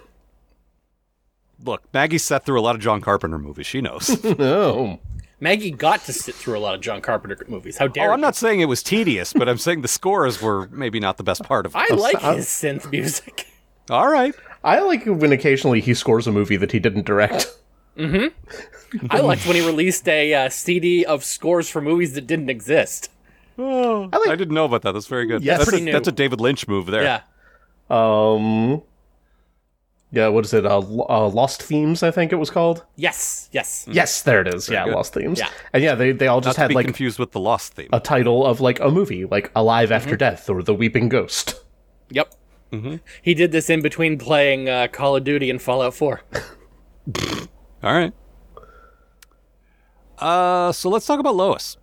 Speaker 3: Look, Maggie sat through a lot of John Carpenter movies. She knows. oh,
Speaker 5: No.
Speaker 4: Maggie got to sit through a lot of John Carpenter movies. How dare
Speaker 3: Oh, I'm
Speaker 4: you.
Speaker 3: not saying it was tedious, but I'm saying the scores were maybe not the best part of it.
Speaker 4: I like his synth music.
Speaker 3: All right.
Speaker 5: I like it when occasionally he scores a movie that he didn't direct.
Speaker 4: I liked when he released a uh, CD of scores for movies that didn't exist.
Speaker 3: I, didn't know about that. That's very good.
Speaker 5: Oh. Yes.
Speaker 3: that's,
Speaker 5: Pretty
Speaker 3: a,
Speaker 4: new.
Speaker 3: that's a David Lynch move there.
Speaker 4: Yeah.
Speaker 5: Um, yeah, what is it? Uh, Lo- uh, Lost Themes, I think it was called.
Speaker 4: Yes, yes.
Speaker 5: Yes, there it is. yeah,
Speaker 3: Hmm. good.
Speaker 5: Lost Themes.
Speaker 4: Yeah.
Speaker 5: And yeah, they, they all
Speaker 3: Not
Speaker 5: just
Speaker 3: to
Speaker 5: had
Speaker 3: be
Speaker 5: like
Speaker 3: confused with the Lost theme.
Speaker 5: a title of like a movie, like Alive After
Speaker 3: Mm-hmm.
Speaker 5: Death or The Weeping Ghost.
Speaker 4: Yep.
Speaker 5: Mm-hmm.
Speaker 4: He did this in between playing uh, Call of Duty and Fallout 4.
Speaker 3: All right. Uh, so let's talk about Lois.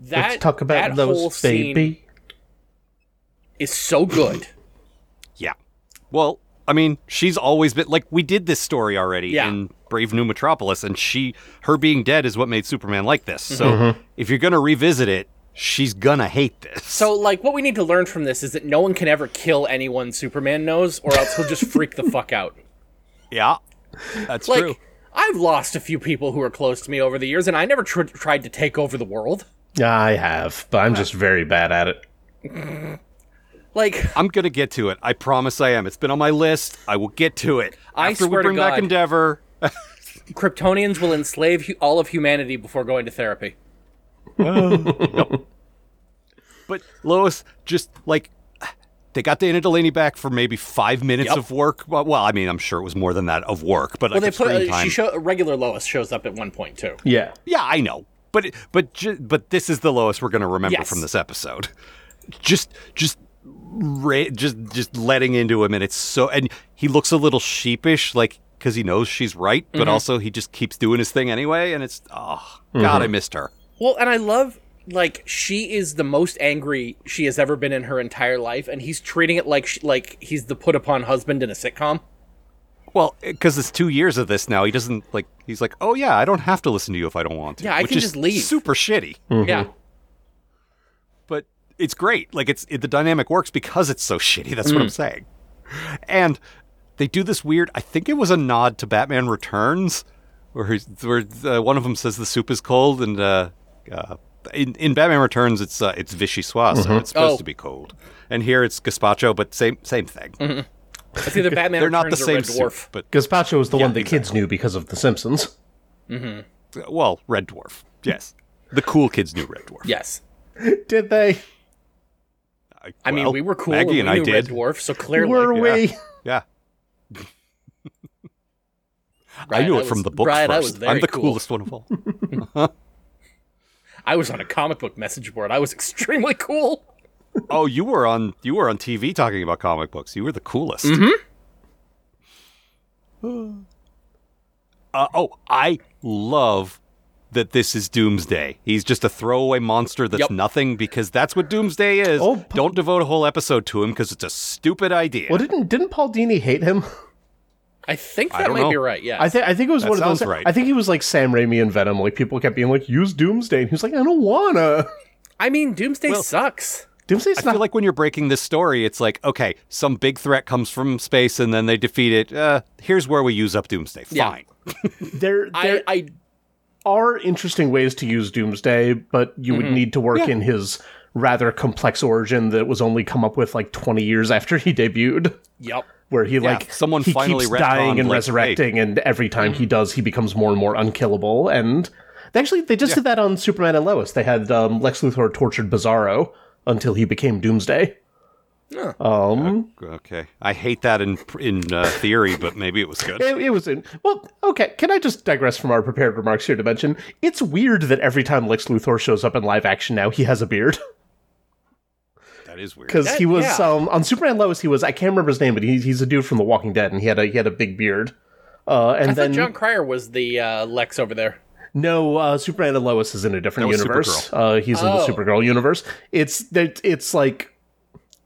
Speaker 4: That,
Speaker 5: Let's talk about
Speaker 4: that whole
Speaker 5: those
Speaker 4: scene
Speaker 5: baby.
Speaker 4: is so good.
Speaker 3: Yeah. Well, I mean, she's always been like we did this story already
Speaker 4: Yeah.
Speaker 3: in Brave New Metropolis, and she her being dead is what made Superman like this. So
Speaker 4: Mm-hmm.
Speaker 3: if you're gonna revisit it, she's gonna hate this.
Speaker 4: So, like, what we need to learn from this is that no one can ever kill anyone Superman knows, or else he'll just freak the fuck out.
Speaker 3: yeah, that's
Speaker 4: Like,
Speaker 3: true.
Speaker 4: I've lost a few people who are close to me over the years, and I never tr- tried to take over the world.
Speaker 5: I have, but I'm just very bad at it.
Speaker 4: Like,
Speaker 3: I'm gonna get to it. I promise I am. It's been on my list. I will get to it
Speaker 4: I
Speaker 3: after
Speaker 4: swear
Speaker 3: we
Speaker 4: to
Speaker 3: bring back
Speaker 4: God.
Speaker 3: Endeavor.
Speaker 4: Kryptonians will enslave hu- all of humanity before going to therapy.
Speaker 3: But Lois, just like they got Dana Delaney back for maybe five minutes of work. Well, well, I mean, I'm sure it was more than that of work, but like
Speaker 4: Well, they
Speaker 3: of
Speaker 4: put
Speaker 3: screen
Speaker 4: uh,
Speaker 3: time.
Speaker 4: she show, regular Lois shows up at one point too.
Speaker 5: Yeah.
Speaker 3: Yeah, I know. But it- but ju- but this is the lowest we're going to remember
Speaker 4: Yes.
Speaker 3: from this episode. Just just ra- just just letting into him and it's so and he looks a little sheepish like cuz he knows she's right,
Speaker 4: Mm-hmm.
Speaker 3: but also he just keeps doing his thing anyway and it's oh god,
Speaker 4: Mm-hmm.
Speaker 3: I missed her.
Speaker 4: Well, and I love like she is the most angry she has ever been in her entire life, and he's treating it like sh like he's the put upon husband in a sitcom.
Speaker 3: Well, cuz it's 2 years of this now. He doesn't like he's like, "Oh yeah, I don't have to listen to you if I don't want to."
Speaker 4: Yeah, I
Speaker 3: which
Speaker 4: can
Speaker 3: is
Speaker 4: just leave.
Speaker 3: Super shitty.
Speaker 4: Yeah,
Speaker 3: but it's great. Like it's it, the dynamic works because it's so shitty. That's what I'm saying. And they do this weird. I think it was a nod to Batman Returns, where he's, where uh, one of them says the soup is cold, and uh, uh, in in Batman Returns it's uh, it's vichyssoise, so it's supposed
Speaker 4: Oh.
Speaker 3: to be cold. And here it's gazpacho, but same same thing.
Speaker 4: it's either Batman.
Speaker 3: They're not the
Speaker 4: Mm-hmm. Returns or
Speaker 3: same soup,
Speaker 4: Red Dwarf.
Speaker 3: but
Speaker 5: Gazpacho was the one that kids knew because of The Simpsons.
Speaker 3: well, Red Dwarf. Yes, the cool kids knew Red Dwarf.
Speaker 4: Yes,
Speaker 5: Did they?
Speaker 4: I mean
Speaker 3: Well,
Speaker 4: we were cool.
Speaker 3: Maggie
Speaker 4: and
Speaker 3: and
Speaker 4: we
Speaker 3: I
Speaker 4: knew Red
Speaker 3: did.
Speaker 4: Dwarf, so clearly
Speaker 5: Were we?
Speaker 3: Yeah. I
Speaker 4: Right,
Speaker 3: knew
Speaker 4: I
Speaker 3: it from
Speaker 4: was-
Speaker 3: the books
Speaker 4: right, I was
Speaker 3: first. I'm
Speaker 4: very
Speaker 3: the
Speaker 4: cool.
Speaker 3: coolest one of all.
Speaker 4: I was on a comic book message board. I was extremely cool.
Speaker 3: Oh, you were on you were on TV talking about comic books. You were the coolest.
Speaker 4: Mm-hmm.
Speaker 3: Uh, oh, I love that this is Doomsday. He's just a throwaway monster that's
Speaker 4: Yep.
Speaker 3: nothing because that's what Doomsday is.
Speaker 5: Oh, p-
Speaker 3: Don't devote a whole episode to him because it's a stupid idea.
Speaker 5: Well, didn't didn't Paul Dini hate him?
Speaker 4: I think
Speaker 3: I
Speaker 4: that
Speaker 3: don't
Speaker 4: might be
Speaker 3: know.
Speaker 4: right. Yeah,
Speaker 5: I think I think it was
Speaker 3: That
Speaker 5: one of those.
Speaker 3: sounds right.
Speaker 5: I think he was like Sam Raimi and Venom. Like people kept being like, "Use Doomsday," and he was like, "I don't wanna."
Speaker 4: I mean Doomsday sucks.
Speaker 5: Doomsday's
Speaker 3: I
Speaker 5: not
Speaker 3: feel like when you're breaking this story, it's like, okay, some big threat comes from space and then they defeat it. Uh, here's where we use up Doomsday.
Speaker 4: Yeah.
Speaker 3: Fine.
Speaker 5: there.
Speaker 4: I,
Speaker 5: There
Speaker 4: I
Speaker 5: are interesting ways to use Doomsday, but you would need to work
Speaker 3: Yeah.
Speaker 5: in his rather complex origin that was only come up with like 20 years after he debuted,
Speaker 4: yep.
Speaker 5: where he like
Speaker 3: someone
Speaker 5: he
Speaker 3: finally
Speaker 5: keeps dying
Speaker 3: retconned,
Speaker 5: and
Speaker 3: like,
Speaker 5: resurrecting, and every time he does, he becomes more and more unkillable. And they actually, they just did that on Superman and Lois. They had um, Lex Luthor tortured Bizarro until he became Doomsday. Um,
Speaker 3: Okay. I hate that in in uh, theory, but maybe it was good.
Speaker 5: it, it was in, well okay can i just digress from our prepared remarks here to mention it's weird that every time lex luthor shows up in live action now he has a beard
Speaker 3: That is weird.
Speaker 5: because
Speaker 4: That-
Speaker 5: he was
Speaker 4: yeah.
Speaker 5: um, on superman lois he was i can't remember his name but he, he's a dude from the walking dead and he had a he had a big beard uh, and
Speaker 4: I
Speaker 5: then
Speaker 4: thought John Cryer was the uh, Lex over there.
Speaker 5: no, uh, Superman and Lois is in a different
Speaker 3: That was
Speaker 5: universe. Uh, he's in the
Speaker 4: Oh.
Speaker 5: Supergirl universe. It's that it's like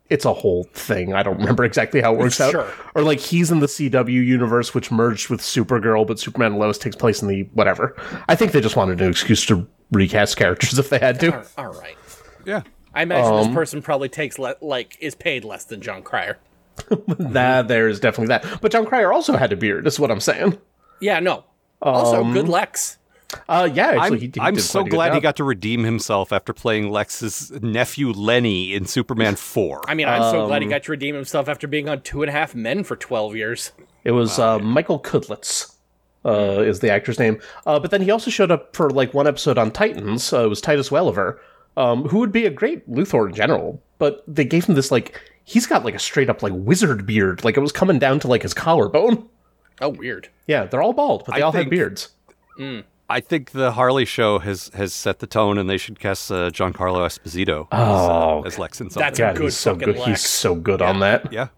Speaker 5: it's a whole thing. I don't remember exactly how it works
Speaker 4: Sure.
Speaker 5: out. Or like he's in the CW universe, which merged with Supergirl, but Superman and Lois takes place in the whatever. I think they just wanted an excuse to recast characters if they had to.
Speaker 4: All right.
Speaker 3: yeah.
Speaker 4: I imagine
Speaker 5: Um.
Speaker 4: this person probably takes le- like is paid less than John Cryer.
Speaker 5: Nah, there is definitely that. But John Cryer also had a beard. Is what I'm saying.
Speaker 4: Yeah, no. also,
Speaker 5: Um.
Speaker 4: good Lex.
Speaker 5: Uh, yeah, actually,
Speaker 3: I'm,
Speaker 5: he, he
Speaker 3: I'm
Speaker 5: did
Speaker 3: so
Speaker 5: quite a good
Speaker 3: glad he
Speaker 5: job.
Speaker 3: got to redeem himself after playing Lex's nephew Lenny in Superman 4.
Speaker 4: I mean, I'm so glad
Speaker 5: Um.
Speaker 4: he got to redeem himself after being on Two and a Half Men for 12 years.
Speaker 5: It was uh, Michael Kudlitz uh, is the actor's name. Uh, but then he also showed up for like one episode on Titans. Uh, it was Titus Welliver, um, who would be a great Luthor in general. But they gave him this like he's got like a straight up like wizard beard. Like it was coming down to like his collarbone.
Speaker 4: Oh, weird.
Speaker 5: Yeah, they're all bald, but they
Speaker 3: I
Speaker 5: all have
Speaker 3: think-
Speaker 5: beards.
Speaker 3: I think the Harley show has has set the tone, and they should cast uh, Giancarlo Esposito
Speaker 5: Oh.
Speaker 3: as, uh, as Lex in something.
Speaker 4: That's a
Speaker 5: God,
Speaker 4: good
Speaker 5: he's so
Speaker 4: fucking
Speaker 5: good.
Speaker 4: Lex.
Speaker 5: He's so good on that.
Speaker 3: yeah,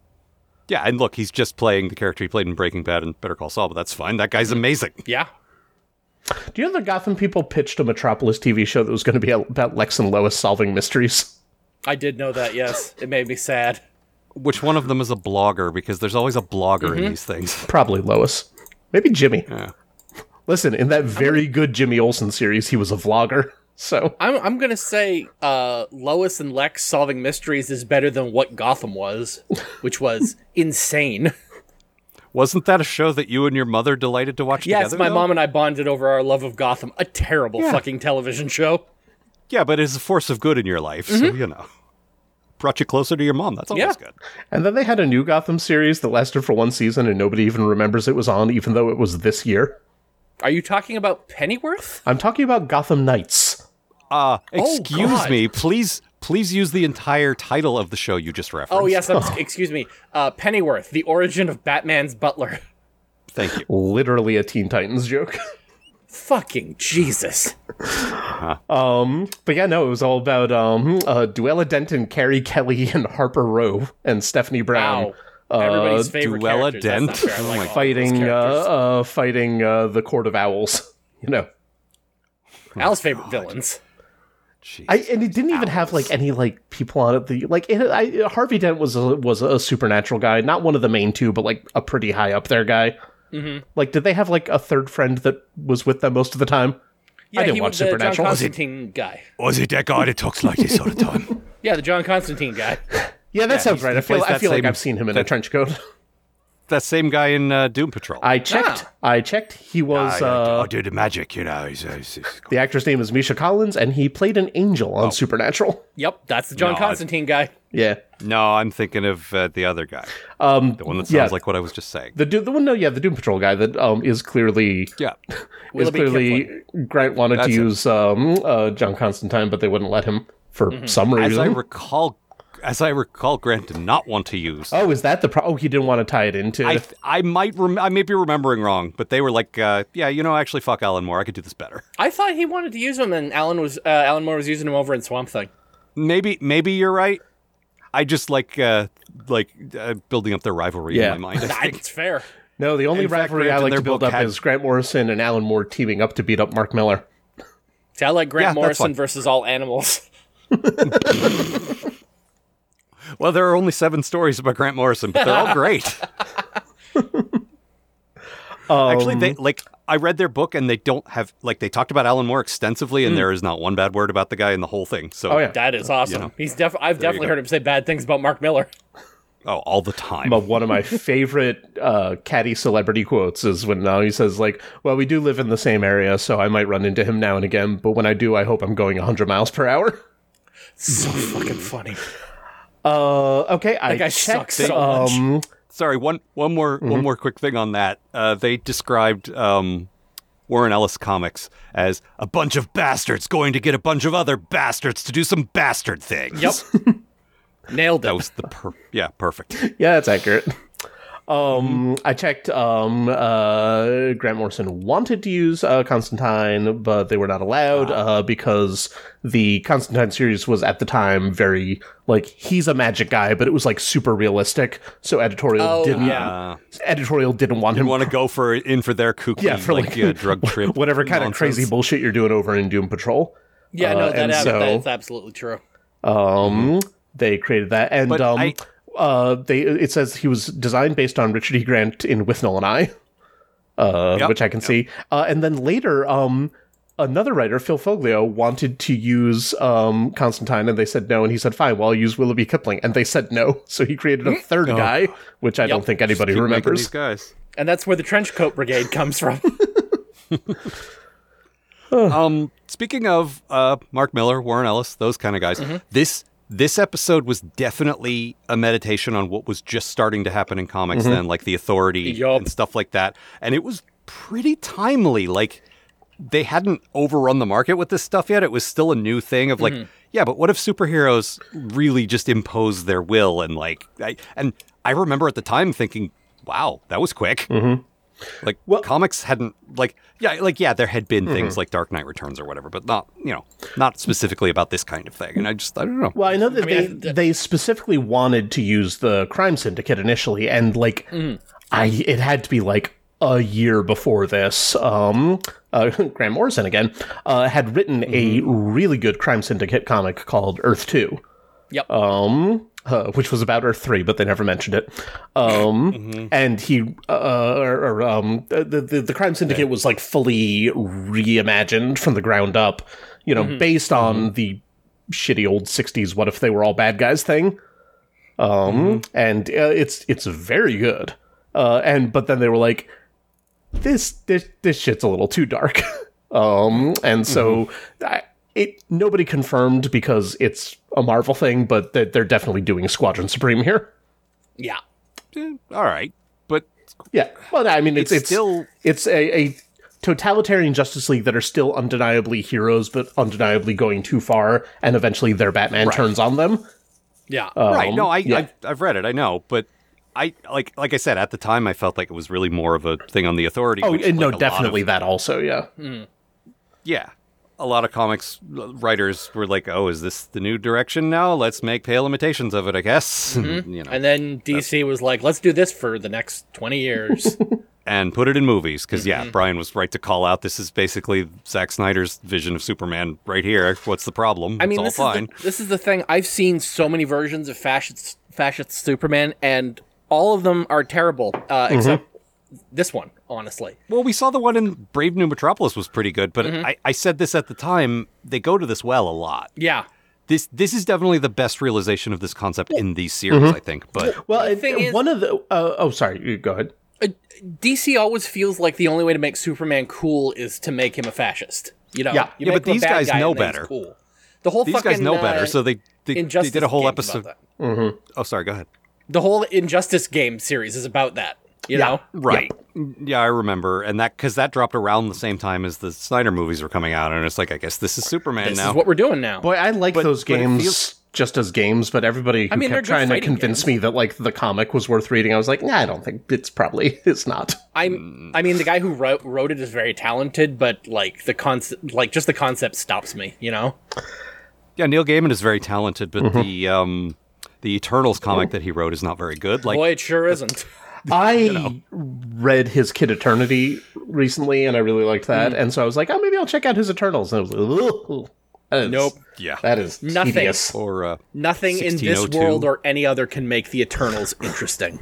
Speaker 3: yeah. And look, he's just playing the character he played in Breaking Bad and Better Call Saul, but that's fine. That
Speaker 5: Mm-hmm.
Speaker 3: guy's amazing.
Speaker 4: Yeah.
Speaker 5: Do you know the Gotham people pitched a Metropolis TV show that was going to be about Lex and Lois solving mysteries?
Speaker 4: I did know that, yes. It made me sad.
Speaker 3: Which one of them is a blogger? Because there's always a blogger in these things.
Speaker 5: Probably Lois. Maybe Jimmy.
Speaker 3: Yeah.
Speaker 5: Listen, in that very good Jimmy Olsen series, he was a vlogger. So
Speaker 4: I'm, I'm going to say uh, Lois and Lex solving mysteries is better than what Gotham was, which was insane.
Speaker 3: Wasn't that a show that you and your mother delighted to watch
Speaker 4: Yes,
Speaker 3: together?
Speaker 4: my
Speaker 3: though?
Speaker 4: mom and I bonded over our love of Gotham, a terrible
Speaker 3: Yeah.
Speaker 4: fucking television show.
Speaker 3: Yeah, but it's a force of good in your life, so you know. Brought you closer to your mom. That's always
Speaker 4: Yeah.
Speaker 3: good.
Speaker 5: And then they had a new Gotham series that lasted for one season and nobody even remembers it was on, even though it was this year.
Speaker 4: Are you talking about Pennyworth?
Speaker 5: I'm talking about Gotham Knights.
Speaker 3: Uh, excuse
Speaker 4: God.
Speaker 3: me, please, please use the entire title of the show you just referenced.
Speaker 4: Oh, yes, I'm, excuse me. Uh, Pennyworth, the origin of Batman's butler.
Speaker 3: Thank you.
Speaker 5: Literally a Teen Titans joke.
Speaker 4: Fucking Jesus.
Speaker 5: Um, but yeah, no, it was all about um, uh, Duella Denton, Carrie Kelly, and Harper Rowe and Stephanie Brown.
Speaker 4: Wow. Everybody's favorite
Speaker 3: Duella
Speaker 4: characters. That's
Speaker 3: Dent.
Speaker 4: not fair. I
Speaker 3: Oh
Speaker 4: like
Speaker 3: my
Speaker 4: all those
Speaker 5: Fighting, uh,
Speaker 4: characters.
Speaker 5: uh, fighting uh, the Court of Owls. You know,
Speaker 4: Al's favorite villains.
Speaker 3: Jeez.
Speaker 5: I, and it didn't even have like any like people on it. The like it, I, Harvey Dent was a, was a supernatural guy, not one of the main two, but like a pretty high up there guy. Like, did they have like a third friend that was with them most of the time?
Speaker 4: Yeah,
Speaker 5: I didn't
Speaker 4: he
Speaker 5: watch
Speaker 4: was the John
Speaker 5: Supernatural.
Speaker 4: Constantine guy.
Speaker 3: Was it that guy that talks like this all the time?
Speaker 4: Yeah, the John Constantine guy.
Speaker 5: Yeah, that sounds
Speaker 3: he-
Speaker 5: right.
Speaker 3: he
Speaker 5: I feel
Speaker 3: plays
Speaker 5: I
Speaker 3: that
Speaker 5: feel like
Speaker 3: same-
Speaker 5: I've seen him in a
Speaker 3: that-
Speaker 5: trench coat.
Speaker 3: that same guy in uh, Doom Patrol.
Speaker 5: I checked. I checked. He was uh,
Speaker 3: do the magic, you know. uh,
Speaker 5: the actor's name is Misha Collins, and he played an angel on Supernatural.
Speaker 4: Yep, that's the John
Speaker 3: No, I-
Speaker 4: Constantine guy.
Speaker 5: Yeah.
Speaker 3: no, I'm thinking of uh, the other guy.
Speaker 5: Um.
Speaker 3: The one that sounds
Speaker 5: Yeah.
Speaker 3: like what I was just saying.
Speaker 5: The dude, the one, no, yeah, the Doom Patrol guy that um is clearly
Speaker 3: Yeah.
Speaker 5: is
Speaker 4: Willoughby
Speaker 5: clearly Grant wanted
Speaker 3: That's
Speaker 5: to
Speaker 3: it.
Speaker 5: use um uh John Constantine, but they wouldn't let him for some
Speaker 3: As
Speaker 5: reason.
Speaker 3: I recall, as I recall, Grant did not want to use.
Speaker 5: oh, is that the pro? Oh, he didn't want to tie it into.
Speaker 3: I, th- I might rem- I may be remembering wrong, but they were like, uh, yeah, you know, actually, fuck Alan Moore. I could do this better.
Speaker 4: I thought he wanted to use him, and Alan was uh, Alan Moore was using him over in Swamp Thing.
Speaker 3: Maybe maybe you're right. I just like uh, like uh, building up their rivalry
Speaker 5: Yeah.
Speaker 3: in my mind. I
Speaker 4: Nah,
Speaker 3: think.
Speaker 4: It's fair.
Speaker 5: no, the only
Speaker 3: in fact,
Speaker 5: rivalry
Speaker 3: Grant
Speaker 5: I
Speaker 3: and
Speaker 5: like to
Speaker 3: their
Speaker 5: build
Speaker 3: book
Speaker 5: up
Speaker 3: had-
Speaker 5: is Grant Morrison and Alan Moore teaming up to beat up Mark Miller.
Speaker 4: See, I like Grant
Speaker 3: Yeah, that's
Speaker 4: Morrison
Speaker 3: fine.
Speaker 4: versus all animals.
Speaker 3: well, there are only seven stories about Grant Morrison, but they're all great. Actually,
Speaker 5: Um,
Speaker 3: they like I read their book and they don't have like they talked about Alan Moore extensively, and there is not one bad word about the guy in the whole thing. So
Speaker 5: Hmm. Oh yeah,
Speaker 4: That is awesome.
Speaker 3: know.
Speaker 4: He's def- I've definitely
Speaker 3: go.
Speaker 4: heard him say bad things about Mark Miller.
Speaker 3: oh, all the time.
Speaker 5: But one of my favorite uh, caddy celebrity quotes is when now he says like, "Well, we do live in the same area, so I might run into him now and again. But when I do, I hope I'm going 100 miles per hour."
Speaker 4: So fucking funny.
Speaker 5: Uh, okay, I
Speaker 4: That guy
Speaker 5: checked.
Speaker 4: sucks so much.
Speaker 5: um,
Speaker 3: Sorry one one more
Speaker 5: Mm-hmm.
Speaker 3: one more quick thing on that. Uh, they described um, Warren Ellis comics as a bunch of bastards going to get a bunch of other bastards to do some bastard things.
Speaker 4: Yep. Nailed
Speaker 3: That
Speaker 4: it.
Speaker 3: was the per- yeah perfect.
Speaker 5: yeah, that's accurate.
Speaker 3: Mm-hmm.
Speaker 5: Um, I checked. Um, uh, Grant Morrison wanted to use uh, Constantine, but they were not
Speaker 3: Ah.
Speaker 5: allowed uh, because the Constantine series was at the time very like he's a magic guy, but it was like super realistic. So editorial
Speaker 4: Oh,
Speaker 5: didn't
Speaker 4: yeah.
Speaker 3: Uh,
Speaker 5: editorial didn't want him
Speaker 3: want to go for in for their kooky
Speaker 5: Yeah, for
Speaker 3: like,
Speaker 5: like,
Speaker 3: yeah, drug trip
Speaker 5: whatever kind
Speaker 3: nonsense.
Speaker 5: of crazy bullshit you're doing over in Doom Patrol.
Speaker 4: yeah,
Speaker 5: uh,
Speaker 4: no, that,
Speaker 5: and
Speaker 4: ab-
Speaker 5: so-
Speaker 4: that's absolutely true.
Speaker 5: Um, they created that, and
Speaker 3: Mm-hmm. But
Speaker 5: um,
Speaker 3: I-
Speaker 5: uh, they it says he was designed based on Richard E. Grant in With Noel and I, uh,
Speaker 3: Yep,
Speaker 5: which I can see. Uh, and then later, um, another writer, Phil Foglio, wanted to use um Constantine, and they said no, and he said fine, well I'll use Willoughby Kipling, and they said no, so he created
Speaker 3: Hmm?
Speaker 5: a third guy, which I don't think anybody
Speaker 3: Oh, Keep making these
Speaker 5: remembers.
Speaker 3: guys.
Speaker 4: And that's where the trench coat brigade comes from.
Speaker 3: Um, speaking of uh, Mark Miller, Warren Ellis, those kind of guys, this this episode was definitely a meditation on what was just starting to happen in comics then, like the Authority
Speaker 4: Yup.
Speaker 3: and stuff like that, and it was pretty timely. Like they hadn't overrun the market with this stuff yet; it was still a new thing of like. Yeah, but what if superheroes really just impose their will and like I, and I remember at the time thinking, "Wow, that was quick." Like
Speaker 5: Mm-hmm. Well- Mm-hmm.
Speaker 3: comics hadn't like yeah, like yeah, there had been things like Dark Knight Returns or whatever, but not, you know, not specifically about this kind of thing. And I just I don't know.
Speaker 5: Well, I know that
Speaker 4: mean, I-
Speaker 5: they they specifically wanted to use the crime syndicate initially, and like, I it had to be like a year before this. Um, uh, Graham Morrison again uh, had written a really good crime syndicate comic called Earth Two,
Speaker 4: Yep.
Speaker 5: uh, which was about Earth Three, but they never mentioned it. Um, And he uh, or, or, um, the, the the crime syndicate was like fully reimagined from the ground up, you know, based on the shitty old 60s what if they were all bad guys thing um and uh, it's it's very good uh and but then they were like this this this shit's a little too dark um and so I, it nobody confirmed because it's a marvel thing but they're, they're definitely doing squadron supreme here
Speaker 4: yeah.
Speaker 3: Eh, all right. But
Speaker 5: yeah well i mean it's
Speaker 3: It's
Speaker 5: it's
Speaker 3: still-
Speaker 5: it's a, a totalitarian justice league that are still undeniably heroes but undeniably going too far and eventually their batman turns on them
Speaker 4: Yeah.
Speaker 3: right. No, I,
Speaker 5: Um, yeah.
Speaker 3: I've, I've read it. I know, but I like like I said at the time, I felt like it was really more of a thing on the authority.
Speaker 5: Oh,
Speaker 3: which,
Speaker 5: and
Speaker 3: like, a
Speaker 5: no,
Speaker 3: lot
Speaker 5: definitely
Speaker 3: of-
Speaker 5: that also, yeah.
Speaker 4: Hmm.
Speaker 3: yeah, a lot of comics writers were like, "Oh, is this the new direction now? Let's make pale imitations of it." I guess
Speaker 4: Mm-hmm.
Speaker 3: you know, and,
Speaker 4: and then DC was like, let's do this for the next 20 years.
Speaker 3: put it in movies because
Speaker 4: Mm-hmm.
Speaker 3: yeah, Brian was right to call out. This is basically Zack Snyder's vision of Superman right here. What's the problem?
Speaker 4: I mean,
Speaker 3: it's all
Speaker 4: this,
Speaker 3: fine.
Speaker 4: Is the, this is the thing. I've seen so many versions of fascist, fascist Superman, and all of them are terrible, uh,
Speaker 3: Mm-hmm.
Speaker 4: except this one, honestly.
Speaker 3: Well, we saw the one in Brave New Metropolis was pretty good, but
Speaker 4: Mm-hmm.
Speaker 3: I, I said this at the time. They go to this well a lot.
Speaker 4: Yeah.
Speaker 3: this this is definitely the best realization of this concept in these series,
Speaker 4: Mm-hmm.
Speaker 3: I think. But
Speaker 5: Well,
Speaker 4: The
Speaker 5: it-
Speaker 4: thing is-
Speaker 5: one of the uh, oh, sorry, you go ahead.
Speaker 4: DC always feels like the only way to make Superman cool is to make him a fascist. You know?
Speaker 5: Yeah.
Speaker 4: You
Speaker 3: Yeah,
Speaker 4: make
Speaker 3: but
Speaker 4: him a
Speaker 3: these
Speaker 4: bad
Speaker 3: guys
Speaker 4: guy
Speaker 3: know
Speaker 4: and then he's
Speaker 3: better.
Speaker 4: Cool. The whole
Speaker 3: these
Speaker 4: fucking,
Speaker 3: guys know
Speaker 4: uh,
Speaker 3: better, so they they, they
Speaker 4: Injustice
Speaker 3: did a whole
Speaker 4: game
Speaker 3: episode.
Speaker 4: about that.
Speaker 3: Oh, sorry, go ahead.
Speaker 4: The whole Injustice game series is about that. You
Speaker 5: Yeah.
Speaker 4: know?
Speaker 3: Right. Yeah, I remember, and that because that dropped around the same time as the Snyder movies were coming out, and it's like I guess this is Superman
Speaker 4: This
Speaker 3: now.
Speaker 4: is what we're doing now.
Speaker 5: Boy, I like
Speaker 3: But-
Speaker 5: those
Speaker 3: but it
Speaker 5: games
Speaker 3: feels-
Speaker 5: just as games, but everybody who
Speaker 4: mean, they're
Speaker 5: kept
Speaker 4: good
Speaker 5: trying to
Speaker 4: fighting
Speaker 5: convince
Speaker 4: games.
Speaker 5: me that like the comic was worth reading, I was like, nah, I don't think it's probably it's not.
Speaker 3: Mm,
Speaker 4: I'm. I mean, the guy who wrote, wrote it is very talented, but like the concept, like just the concept stops me. You know?
Speaker 3: yeah, Neil Gaiman is very talented, but the um the Eternals comic that he wrote is not very good. Like
Speaker 4: Boy, it sure isn't.
Speaker 5: I read his Kid Eternity recently, and I really liked that, and so I was like, oh, maybe I'll check out his Eternals. And I was like, "Ugh." That is-
Speaker 4: Nope.
Speaker 3: Yeah.
Speaker 5: that is
Speaker 4: Nothing.
Speaker 5: tedious.
Speaker 3: or uh,
Speaker 4: Nothing in this
Speaker 3: 1602.
Speaker 4: world or any other can make the Eternals interesting.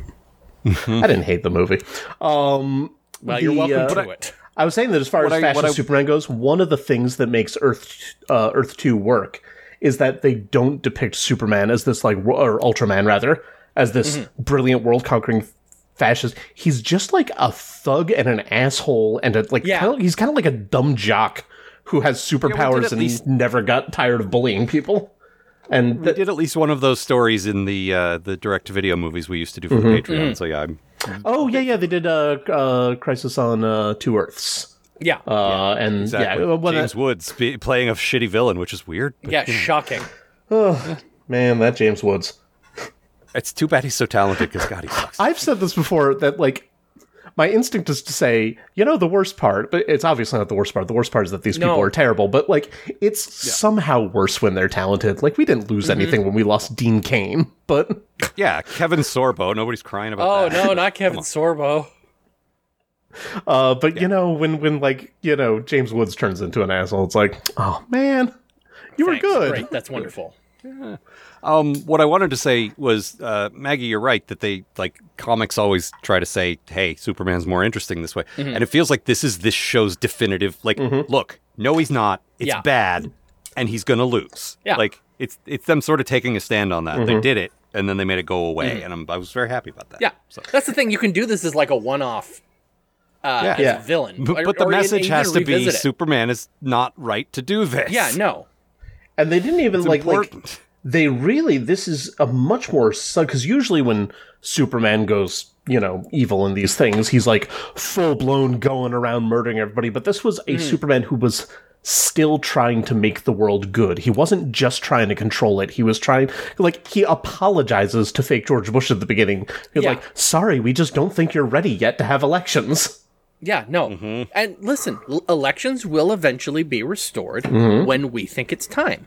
Speaker 5: I didn't hate the movie. Um,
Speaker 4: Well, you're
Speaker 5: the,
Speaker 4: welcome
Speaker 5: uh,
Speaker 4: to it.
Speaker 5: I was saying that as far
Speaker 3: What
Speaker 5: as
Speaker 3: I-
Speaker 5: Fascist
Speaker 3: what I-
Speaker 5: Superman goes, one of the things that makes Earth uh, Earth Two work is that they don't depict Superman as this like wo- or Ultraman rather as this
Speaker 3: Mm-hmm.
Speaker 5: brilliant world conquering fascist. He's just like a thug and an asshole and a like
Speaker 4: Yeah.
Speaker 5: kinda, he's kind of like a dumb jock who has superpowers
Speaker 3: at
Speaker 5: and
Speaker 3: least-
Speaker 5: never got tired of bullying people. And
Speaker 3: we did at least one of those stories in the uh, the direct video movies we used to do for the Patreon.
Speaker 4: Mm-hmm.
Speaker 3: So yeah, I'm
Speaker 5: oh yeah, yeah, they did uh, uh, Crisis on uh, Two Earths.
Speaker 4: Yeah.
Speaker 5: Uh, and
Speaker 3: exactly
Speaker 5: yeah, well,
Speaker 3: James Woods be, playing a shitty villain, which is weird. But
Speaker 4: yeah. Shocking.
Speaker 5: man, that James Woods.
Speaker 3: It's too bad he's so talented because God, he sucks.
Speaker 5: I've said this before that like my instinct is to say, you know, the worst part, but it's obviously not the worst part. The worst part is that these people
Speaker 4: No.
Speaker 5: are terrible, but like it's somehow worse when they're talented. Like we didn't lose
Speaker 4: Mm-hmm.
Speaker 5: anything when we lost Dean Kane, but
Speaker 3: yeah, Kevin Sorbo. Nobody's crying about
Speaker 4: Oh
Speaker 3: that.
Speaker 4: no, not Kevin Sorbo.
Speaker 5: uh but you know, when when like, you know, James Woods turns into an asshole, it's like, oh man, you
Speaker 4: Thanks,
Speaker 5: were good.
Speaker 4: Great. That's wonderful.
Speaker 3: Um, what I wanted to say was, uh, Maggie, you're right that they like comics always try to say, "Hey, Superman's more interesting this way,"
Speaker 4: Mm-hmm.
Speaker 3: and it feels like this is this show's definitive. Like, look, no, he's not. It's
Speaker 4: Yeah.
Speaker 3: bad, and he's gonna lose.
Speaker 4: Yeah. Mm-hmm.
Speaker 3: like it's it's them sort of taking a stand on that. They did it, and then they made it go away, and I'm, I was very happy about that.
Speaker 4: Yeah.
Speaker 3: So.
Speaker 4: That's the thing. You can do this as like a one-off uh,
Speaker 3: Yeah.
Speaker 4: as a
Speaker 5: Yeah.
Speaker 4: villain,
Speaker 3: But,
Speaker 4: or-
Speaker 3: but the
Speaker 4: or you-
Speaker 3: message
Speaker 4: you
Speaker 3: has
Speaker 4: can
Speaker 3: to be
Speaker 4: revisit it.
Speaker 3: Superman is not right to do this.
Speaker 4: Yeah. No.
Speaker 5: And they didn't even
Speaker 3: It's
Speaker 5: like like
Speaker 3: important.
Speaker 5: they really this is a much more because usually when superman goes you know evil in
Speaker 3: Hmm.
Speaker 5: these things he's like full blown going around murdering everybody but this was a superman who was still trying to make the world good. He wasn't just trying to control it. He was trying, like, he apologizes to fake George Bush at the beginning. He's
Speaker 4: Yeah.
Speaker 5: like, sorry, we just don't think you're ready yet to have elections.
Speaker 4: Yeah, no.
Speaker 3: Mm-hmm.
Speaker 4: And listen, l- elections will eventually be restored when we think it's time.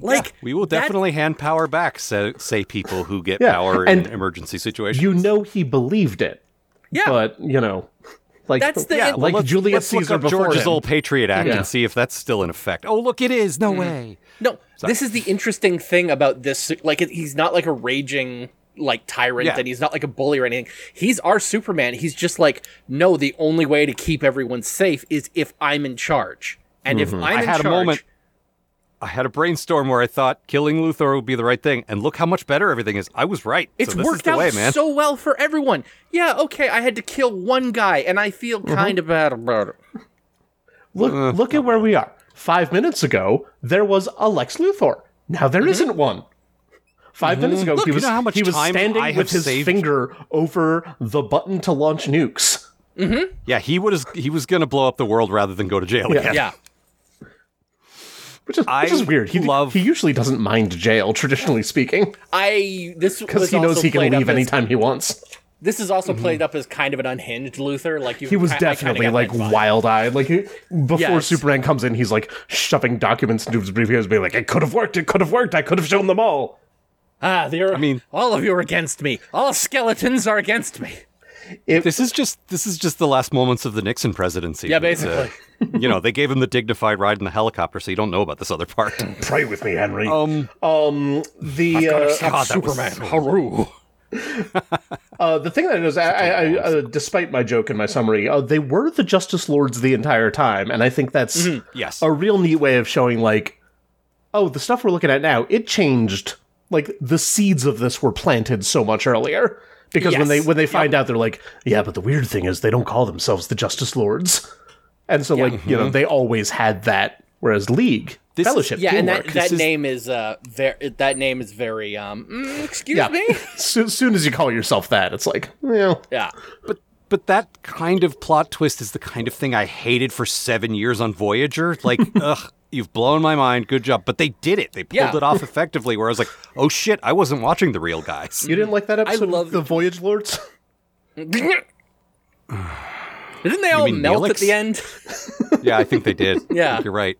Speaker 4: Like
Speaker 3: Mm-hmm. We will
Speaker 4: that-
Speaker 3: definitely hand power back, so, say people who get
Speaker 5: Yeah,
Speaker 3: power in
Speaker 5: and
Speaker 3: emergency situations.
Speaker 5: You know, he believed it,
Speaker 4: yeah,
Speaker 5: but, you know, like,
Speaker 4: That's the-
Speaker 3: yeah,
Speaker 4: well,
Speaker 5: like
Speaker 3: let's,
Speaker 5: Julius
Speaker 3: let's
Speaker 5: Caesar
Speaker 3: look up
Speaker 5: before
Speaker 3: George's
Speaker 5: him.
Speaker 3: old Patriot Act
Speaker 5: Yeah.
Speaker 3: and see if that's still in effect. Oh, look, it is.
Speaker 4: Hmm.
Speaker 3: No way.
Speaker 4: No, this is the interesting thing about this. Like, it- he's not like a raging like tyrant,
Speaker 3: Yeah.
Speaker 4: and he's not like a bully or anything. He's our Superman. He's just like, no, the only way to keep everyone safe is if I'm in charge. And if I'm
Speaker 3: Mm-hmm. I
Speaker 4: in
Speaker 3: had a
Speaker 4: charge,
Speaker 3: moment. I had a brainstorm where I thought killing Luthor would be the right thing, and look how much better everything is. I was right.
Speaker 4: it's
Speaker 3: so this is
Speaker 4: worked
Speaker 3: the
Speaker 4: out
Speaker 3: way, man.
Speaker 4: so well for everyone. Yeah, okay, I had to kill one guy, and I feel
Speaker 3: Mm-hmm.
Speaker 4: kind of bad about it.
Speaker 5: Look,
Speaker 3: Uh.
Speaker 5: look at where we are. Five minutes ago, there was a Lex Luthor. Now there not one. 5 minutes ago, he
Speaker 3: Mm-hmm. you
Speaker 5: was
Speaker 3: know how much
Speaker 5: he was
Speaker 3: time
Speaker 5: standing
Speaker 3: I
Speaker 5: with
Speaker 3: have
Speaker 5: his
Speaker 3: saved?
Speaker 5: finger over the button to launch nukes.
Speaker 3: yeah, he was he was going to blow up the world rather than go to jail again.
Speaker 4: Yeah,
Speaker 5: Which is,
Speaker 3: I
Speaker 5: which is weird. He,
Speaker 3: love-
Speaker 5: he usually doesn't mind jail, traditionally speaking,
Speaker 4: I this
Speaker 5: because
Speaker 4: because
Speaker 5: he knows he can leave
Speaker 4: anytime.
Speaker 5: anytime he wants.
Speaker 4: This is also played up as kind of an unhinged Luther. Like you
Speaker 5: He was
Speaker 4: I- I kinda
Speaker 5: definitely
Speaker 4: got
Speaker 5: like
Speaker 4: that vibe.
Speaker 5: wild eyed. Like he, before
Speaker 4: Yes.
Speaker 5: Superman comes in, he's like shoving documents into his briefcase, being like, "It could have worked. It could have worked. I could have shown them all."
Speaker 4: Ah, they're, I
Speaker 3: mean-
Speaker 4: all of you are against me. All skeletons are against me.
Speaker 3: This is just this is just the last moments of the Nixon presidency.
Speaker 4: Yeah,
Speaker 3: It's, uh,
Speaker 4: basically.
Speaker 3: you know, they gave him the dignified ride in the helicopter, so you don't know about this other part.
Speaker 5: Pray with me, Henry. Um, the
Speaker 4: Oh,
Speaker 5: uh,
Speaker 3: God, that was so-
Speaker 4: Haru.
Speaker 5: Uh, the thing that is, I, I, I, uh, despite my joke and my summary, uh, they were the Justice Lords the entire time, and I think that's
Speaker 4: Mm-hmm.
Speaker 3: yes.
Speaker 5: a real neat way of showing, like, oh, the stuff we're looking at now, it changed. Like the seeds of this were planted so much earlier because when they
Speaker 4: Yes.
Speaker 5: when they find out, they're like, yeah, but the weird thing is they don't call themselves the Justice Lords, and so like you
Speaker 4: Mm-hmm.
Speaker 5: know they always had that. Whereas League
Speaker 3: This is-
Speaker 5: Fellowship,
Speaker 4: Yeah,
Speaker 5: didn't
Speaker 4: and
Speaker 5: work.
Speaker 4: that, that
Speaker 3: is-
Speaker 4: name is uh very that name is very um mm, excuse
Speaker 5: yeah.
Speaker 4: me.
Speaker 5: so, soon as you call yourself that, it's like, well,
Speaker 4: Yeah.
Speaker 3: But but that kind of plot twist is the kind of thing I hated for seven years on Voyager. Like, ugh, you've blown my mind. Good job. But they did it. They pulled
Speaker 4: Yeah.
Speaker 3: it off effectively. Where I was like, oh shit, I wasn't watching the real guys.
Speaker 5: you didn't like that episode
Speaker 4: love-
Speaker 5: of the Voyage Lords.
Speaker 4: Didn't they all
Speaker 3: mean
Speaker 4: melt at
Speaker 3: Neelix?
Speaker 4: the end?
Speaker 3: yeah, I think they did.
Speaker 4: Yeah.
Speaker 3: I think you're right.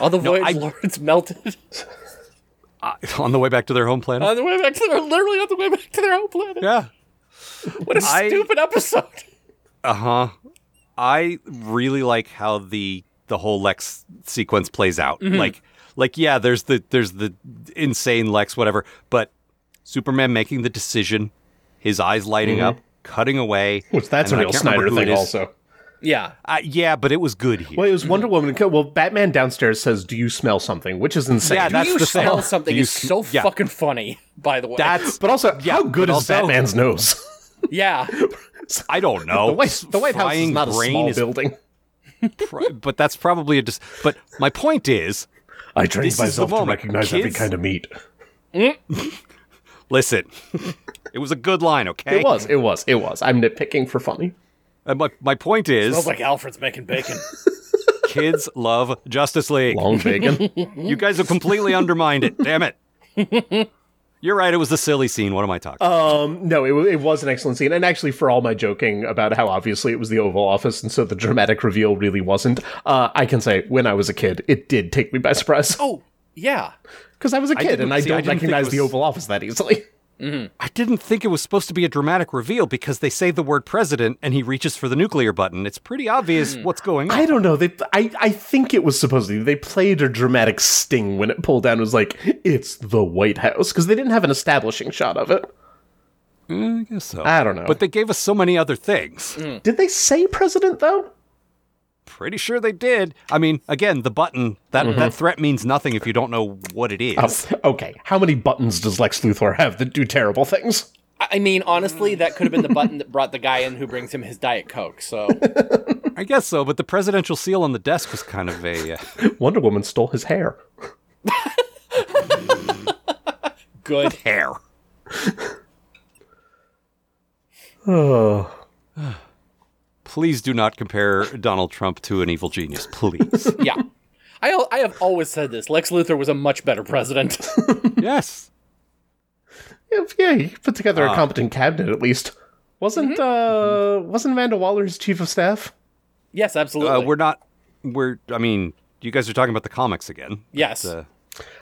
Speaker 4: All the Void
Speaker 3: I-
Speaker 4: Lords melted
Speaker 3: Uh, on the way back to their home planet.
Speaker 4: on the way back to their literally on the way back to their own planet.
Speaker 3: yeah.
Speaker 4: What a
Speaker 3: I-
Speaker 4: stupid episode.
Speaker 3: Uh huh. I really like how the the whole Lex sequence plays out.
Speaker 5: Mm-hmm.
Speaker 3: Like, like yeah, there's the there's the insane Lex, whatever. But Superman making the decision, his eyes lighting up, cutting away.
Speaker 5: Mm-hmm. Which that's
Speaker 3: and I
Speaker 5: a real
Speaker 3: can't remember
Speaker 5: Snyder
Speaker 3: who it
Speaker 5: thing,
Speaker 3: is.
Speaker 5: also.
Speaker 4: Yeah.
Speaker 3: Uh, yeah, but it was good here.
Speaker 5: Well, it was Wonder Woman. Well, Batman downstairs says, "Do you smell something?" Which is insane.
Speaker 3: Yeah, that's
Speaker 4: you
Speaker 3: the thing.
Speaker 4: smell something
Speaker 3: You
Speaker 4: is
Speaker 3: sm-
Speaker 4: so
Speaker 3: yeah.
Speaker 4: fucking funny, by the way.
Speaker 3: That's
Speaker 5: but also, how good
Speaker 3: but
Speaker 5: is
Speaker 3: also-
Speaker 5: Batman's nose?
Speaker 4: yeah.
Speaker 3: I don't know.
Speaker 5: the White, the White House is
Speaker 3: Frying
Speaker 5: not a
Speaker 3: brain
Speaker 5: small
Speaker 3: Oh, is
Speaker 5: building.
Speaker 3: pri- but that's probably a dis- but my point is
Speaker 5: I trained
Speaker 3: This is the
Speaker 5: myself to
Speaker 3: moment.
Speaker 5: recognize every
Speaker 3: Kids-
Speaker 5: kind of meat.
Speaker 3: listen it was a good line okay
Speaker 5: It was, it was, it was. I'm nitpicking for funny.
Speaker 3: And my, my point is
Speaker 4: Smells like Alfred's making bacon.
Speaker 3: kids love justice league
Speaker 5: Long bacon.
Speaker 3: You guys have completely undermined it. Damn it. You're right. It was the silly scene. What am I talking? about?
Speaker 5: um, no, it, wa- it was an excellent scene. And actually, for all my joking about how obviously it was the Oval Office, and so the dramatic reveal really wasn't, uh, I can say when I was a kid, it did take me by surprise
Speaker 4: oh, yeah.
Speaker 5: because I was a kid
Speaker 3: didn't-
Speaker 5: and I
Speaker 3: see, I
Speaker 5: don't
Speaker 3: didn't think it
Speaker 5: recognize the
Speaker 3: was-
Speaker 5: Oval Office that easily.
Speaker 3: I didn't think it was supposed to be a dramatic reveal because they say the word president and he reaches for the nuclear button. It's pretty obvious what's going on.
Speaker 5: Hmm. I don't know. They, I, I think it was supposed to. be. They played a dramatic sting when it pulled down. It was like it's the White House because they didn't have an establishing shot of it.
Speaker 3: Mm, I guess so.
Speaker 5: I don't know. Hmm.
Speaker 3: But they gave us so many other things.
Speaker 5: Did they say president though?
Speaker 3: Pretty sure they did. I mean, again, the button that
Speaker 5: Mhm.
Speaker 3: that threat means nothing if you don't know what it is.
Speaker 5: Oh. Okay. How many buttons does Lex Luthor have that do terrible things?
Speaker 4: I I mean, honestly, that could have been the button that brought the guy in who brings him his Diet Coke. So,
Speaker 3: I guess so. But the presidential seal on the desk was kind of a. Uh,
Speaker 5: Wonder Woman stole his hair.
Speaker 4: good.
Speaker 3: hair.
Speaker 5: Oh.
Speaker 3: Please do not compare Donald Trump to an evil genius, please.
Speaker 4: yeah. I, al- I have always said this. Lex Luthor was a much better president.
Speaker 3: yes.
Speaker 5: If- Yeah, he put together a competent cabinet at least. Wasn't uh wasn't Amanda Waller his chief of staff?
Speaker 4: yes, absolutely.
Speaker 3: Uh, we're not. We're. I mean, you guys are talking about the comics again.
Speaker 4: yes.
Speaker 3: Uh,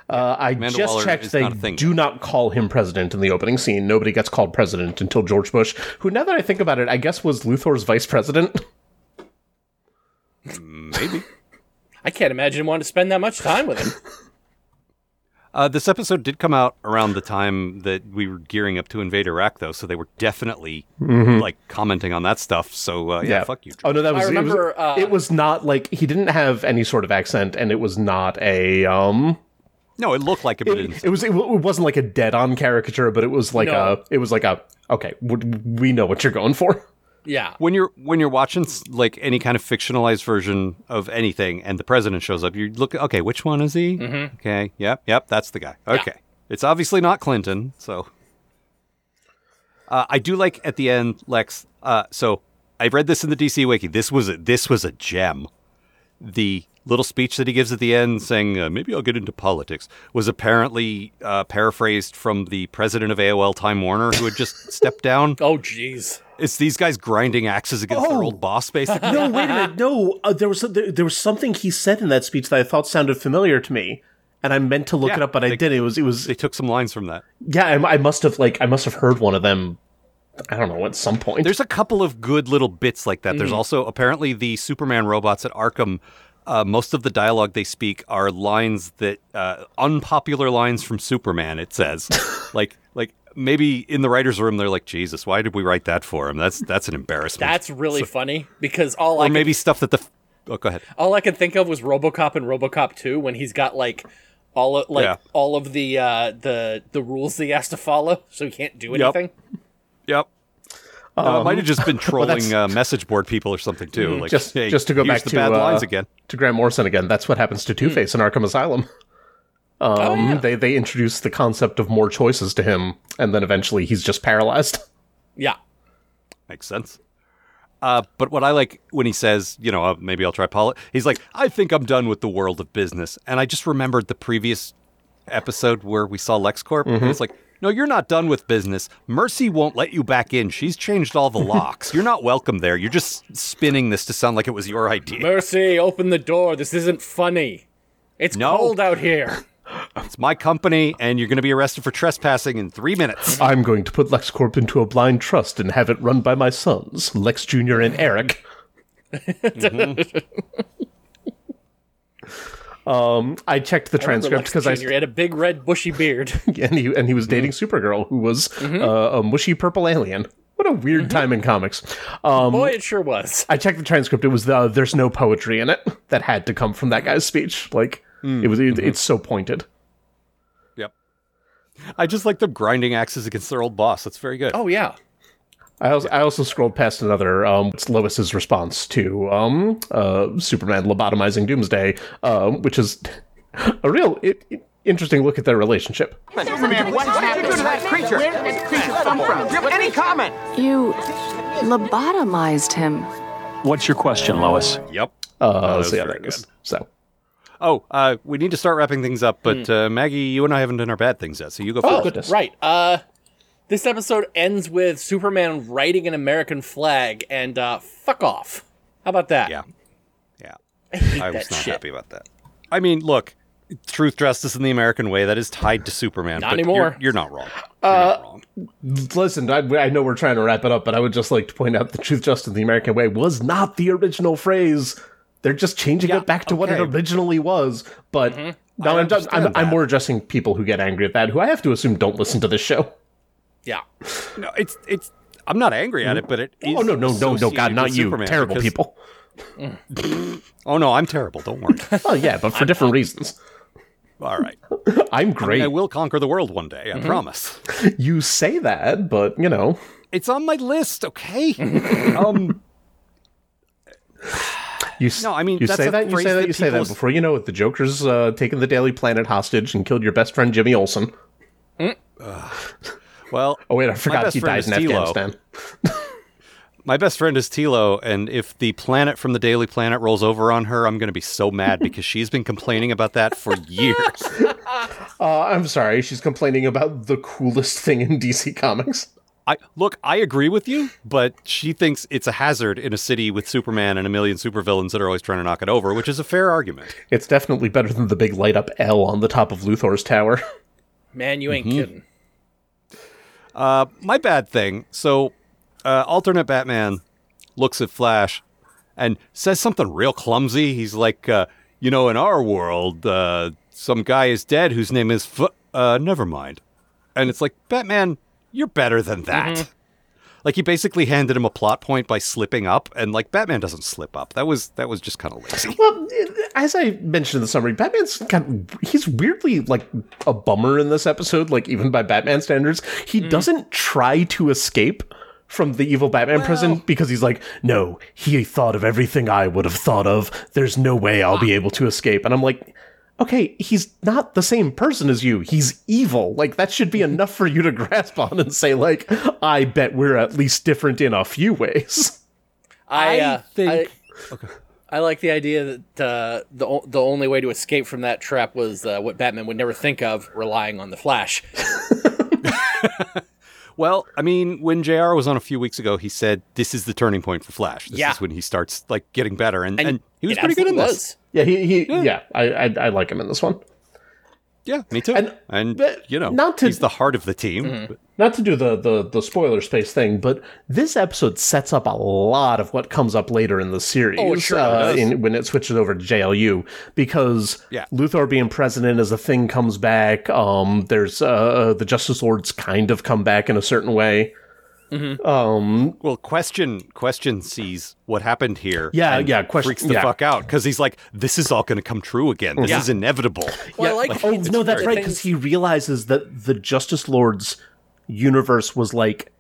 Speaker 5: Uh, I just
Speaker 3: Waller
Speaker 5: checked.
Speaker 3: is
Speaker 5: They
Speaker 3: not a thing.
Speaker 5: do not call him president in the opening scene. Nobody gets called president until George Bush, who, now that I think about it, I guess was Luthor's vice president.
Speaker 3: maybe.
Speaker 4: I can't imagine wanting to spend that much time with him.
Speaker 3: Uh, this episode did come out around the time that we were gearing up to invade Iraq, though, so they were definitely like commenting on that stuff. So uh, Mm-hmm. yeah, fuck you.
Speaker 5: Oh no, that was.
Speaker 4: remember,
Speaker 5: it, was
Speaker 4: uh,
Speaker 5: it was not like he didn't have any sort of accent, and it was not a um.
Speaker 3: No, it looked like it, but it didn't.
Speaker 5: It was. It, w- it wasn't like a dead-on caricature, but it was like
Speaker 4: No.
Speaker 5: a. It was like a. Okay, w- we know what you're going for.
Speaker 4: Yeah.
Speaker 3: when you're when you're watching s- like any kind of fictionalized version of anything, and the president shows up, you look. Okay, which one is he? Okay, yep, yep, that's the guy. Okay, it's obviously not Clinton. So, uh, I do like at the end, Lex. Uh, so I read this in the DC Wiki. This was a, this was a gem. The little speech that he gives at the end, saying uh, maybe I'll get into politics, was apparently uh, paraphrased from the president of AOL, Time Warner, who had just stepped down.
Speaker 4: Oh, jeez.
Speaker 3: It's these guys grinding axes against their
Speaker 5: Oh.
Speaker 3: old boss, basically.
Speaker 5: No, wait a minute. No, uh, there was there, there was something he said in that speech that I thought sounded familiar to me, and I meant to look
Speaker 3: Yeah,
Speaker 5: it up, but I
Speaker 3: they-
Speaker 5: didn't. It was it was
Speaker 3: they took some lines from that.
Speaker 5: yeah. I, I must have like I must have heard one of them. I don't know at some point.
Speaker 3: There's a couple of good little bits like that. There's
Speaker 5: Mm-hmm.
Speaker 3: also apparently the Superman robots at Arkham. Uh, most of the dialogue they speak are lines that uh, unpopular lines from Superman. It says, like, like maybe in the writers' room they're like, Jesus, why did we write that for him? That's that's an embarrassment.
Speaker 4: That's really funny because all I
Speaker 3: or
Speaker 4: could,
Speaker 3: maybe stuff that the. f- Oh, go ahead.
Speaker 4: all I could think of was RoboCop and RoboCop 2 when he's got like all of, like
Speaker 3: Yeah.
Speaker 4: all of the uh the the rules that he has to follow so he can't do
Speaker 3: Yep.
Speaker 4: anything.
Speaker 3: Yep. Uh, might have just been trolling
Speaker 5: Um, that's- Mm-hmm.
Speaker 3: uh, message board people or something too. Like,
Speaker 5: just
Speaker 3: hey,
Speaker 5: just to go
Speaker 3: here's
Speaker 5: back
Speaker 3: the
Speaker 5: to
Speaker 3: bad
Speaker 5: uh,
Speaker 3: lines again. Hmm.
Speaker 5: to Grant Morrison again. That's what happens to Two Face in Arkham Asylum. Um,
Speaker 3: Oh,
Speaker 4: yeah.
Speaker 5: They they introduce the concept of more choices to him, and then eventually he's just paralyzed.
Speaker 3: Hmm.
Speaker 4: Yeah.
Speaker 3: Makes sense. Uh, but what I like when he says, you know, uh, maybe I'll try poli, he's like, I think I'm done with the world of business. And I just remembered the previous episode where we saw LexCorp. And it's like, no, you're not done with business. Mercy won't let you back in. She's changed all the locks. you're not welcome there. You're just spinning this to sound like it was your idea.
Speaker 4: Mercy, open the door. This isn't funny. It's
Speaker 3: No.
Speaker 4: cold out here.
Speaker 3: It's my company, and you're going to be arrested for trespassing in three minutes.
Speaker 5: I'm going to put LexCorp into a blind trust and have it run by my sons, Lex Jr. and Eric.
Speaker 3: Mm-hmm.
Speaker 5: um, I checked the transcript because I,
Speaker 4: Junior had a big red bushy beard.
Speaker 5: and he and he was dating Supergirl, who was uh, a mushy purple alien. What a weird time in comics. Um,
Speaker 4: Boy, it sure was.
Speaker 5: I checked the transcript. It was the there's no poetry in it that had to come from that guy's speech. Like it was, it, it's so pointed.
Speaker 3: yep. I just like them grinding axes against their old boss. That's very good.
Speaker 4: Oh yeah.
Speaker 5: I also, I also scrolled past another. Um, it's Lois's response to um, uh, Superman lobotomizing Doomsday, um, which is a real i i- interesting look at their relationship.
Speaker 1: Superman, what happened to that creature? Where did this creature come from? Do you have any comment?
Speaker 6: You lobotomized him.
Speaker 7: What's your question, Lois?
Speaker 3: Yep.
Speaker 5: Uh,
Speaker 3: was
Speaker 5: so yeah,
Speaker 3: very
Speaker 5: there it is. So
Speaker 3: Oh, uh, we need to start wrapping things up, but uh, Maggie, you and I haven't done our bad things yet, so you go
Speaker 5: Hmm. oh
Speaker 3: first.
Speaker 5: goodness,
Speaker 4: Right. Uh, this episode ends with Superman writing an American flag and uh, fuck off. How about that?
Speaker 3: Yeah. Yeah.
Speaker 4: I, hate
Speaker 3: I
Speaker 4: that
Speaker 3: was not
Speaker 4: shit.
Speaker 3: happy about that. I mean, look, truth, justice, in the American way, that is tied to Superman.
Speaker 4: Not
Speaker 3: but
Speaker 4: anymore.
Speaker 3: You're, you're not wrong.
Speaker 5: Uh,
Speaker 3: You're not wrong.
Speaker 5: Listen, I, I know we're trying to wrap it up, but I would just like to point out the truth, justice, the American way was not the original phrase. They're just changing
Speaker 3: Yeah,
Speaker 5: it back to what it
Speaker 3: okay. Mm-hmm.
Speaker 5: originally was. But no, I'm, just, I'm,
Speaker 3: understand
Speaker 5: I'm
Speaker 3: that.
Speaker 5: more addressing people who get angry at that, who I have to assume don't listen to this show.
Speaker 4: Yeah.
Speaker 3: No, it's, it's, I'm not angry at it, but it is.
Speaker 5: oh no, no, no, no, God,
Speaker 3: associated
Speaker 5: not
Speaker 3: with
Speaker 5: you,
Speaker 3: Superman
Speaker 5: terrible
Speaker 3: because-
Speaker 5: people.
Speaker 3: Oh no, I'm terrible. Don't worry.
Speaker 5: Oh yeah, but for different reasons.
Speaker 3: All right.
Speaker 5: I'm great. Mm-hmm.
Speaker 3: I will conquer the world one day, I promise.
Speaker 5: you say that, but you know,
Speaker 3: It's on my list, okay? um,
Speaker 5: you s-
Speaker 3: No, I mean,
Speaker 5: you
Speaker 3: that's
Speaker 5: say
Speaker 3: a
Speaker 5: that, you
Speaker 3: phrase
Speaker 5: say that,
Speaker 3: that
Speaker 5: you say
Speaker 3: people
Speaker 5: that.
Speaker 3: s-
Speaker 5: Before you know it, the Joker's uh, taken the Daily Planet hostage and killed your best friend Jimmy Olsen.
Speaker 3: well,
Speaker 5: Oh wait, I
Speaker 3: my
Speaker 5: Oh, forgot
Speaker 3: best
Speaker 5: he
Speaker 3: friend
Speaker 5: dies
Speaker 3: is
Speaker 5: in
Speaker 3: Tilo.
Speaker 5: Afghanistan.
Speaker 3: my best friend is Tilo, and if the planet from the Daily Planet rolls over on her, I'm going to be so mad because she's been complaining about that for years.
Speaker 5: Uh, I'm sorry, she's complaining about the coolest thing in DC Comics.
Speaker 3: I look, I agree with you, but she thinks it's a hazard in a city with Superman and a million supervillains that are always trying to knock it over, which is a fair argument.
Speaker 5: It's definitely better than the big light up L on the top of Luthor's tower.
Speaker 4: Man, you
Speaker 3: Mm-hmm.
Speaker 4: ain't kidding.
Speaker 3: my bad thing. So, uh, alternate Batman looks at Flash and says something real clumsy. He's like, uh, you know, in our world, uh, some guy is dead whose name is. F- uh, never mind. And it's like, Batman, you're better than that. Like he basically handed him a plot point by slipping up, and like Batman doesn't slip up. That was that was just kind of lazy.
Speaker 5: Well, as I mentioned in the summary, Batman's got, he's weirdly like a bummer in this episode, like even by Batman standards. He doesn't try to escape from the evil Batman prison because he's like, no, he thought of everything I would have thought of. There's no way I'll be able to escape. And I'm like, okay, he's not the same person as you. He's evil. Like, that should be enough for you to grasp on and say, like, I bet we're at least different in a few ways.
Speaker 4: I,
Speaker 3: I
Speaker 4: uh,
Speaker 3: think-
Speaker 4: I, I like the idea that uh, the o- the only way to escape from that trap was uh, what Batman would never think of, relying on the Flash.
Speaker 3: Well, I mean, when JR was on a few weeks ago, he said this is the turning point for Flash. This
Speaker 4: Yeah.
Speaker 3: is when he starts like getting better, and, and,
Speaker 4: And
Speaker 3: he was
Speaker 4: it
Speaker 3: pretty good in
Speaker 4: absolutely
Speaker 3: this.
Speaker 4: was.
Speaker 5: Yeah, he, he yeah, I, I I like him in this one.
Speaker 3: Yeah, me too.
Speaker 5: And-
Speaker 3: And,
Speaker 5: but
Speaker 3: you know,
Speaker 5: not to-
Speaker 3: he's the heart of the team. But
Speaker 5: Not to do the, the the spoiler space thing, but this episode sets up a lot of what comes up later in the series. uh,
Speaker 4: Oh, it sure does.
Speaker 5: in, when it switches over to JLU, because
Speaker 3: Yeah.
Speaker 5: Luthor being president as a thing comes back. Um, there's uh, the Justice Lords kind of come back in a certain way.
Speaker 3: Well, question question sees what happened here.
Speaker 5: Yeah,
Speaker 3: and
Speaker 5: yeah, question-
Speaker 3: freaks the
Speaker 5: yeah.
Speaker 3: fuck out because he's like, this is all going to come true again. This
Speaker 4: Yeah.
Speaker 3: is inevitable.
Speaker 4: Well, I like,
Speaker 5: Oh
Speaker 4: it's one
Speaker 5: no,
Speaker 4: of
Speaker 5: that's
Speaker 4: the
Speaker 5: right.
Speaker 4: things-
Speaker 5: Because he realizes that the Justice Lords universe was like,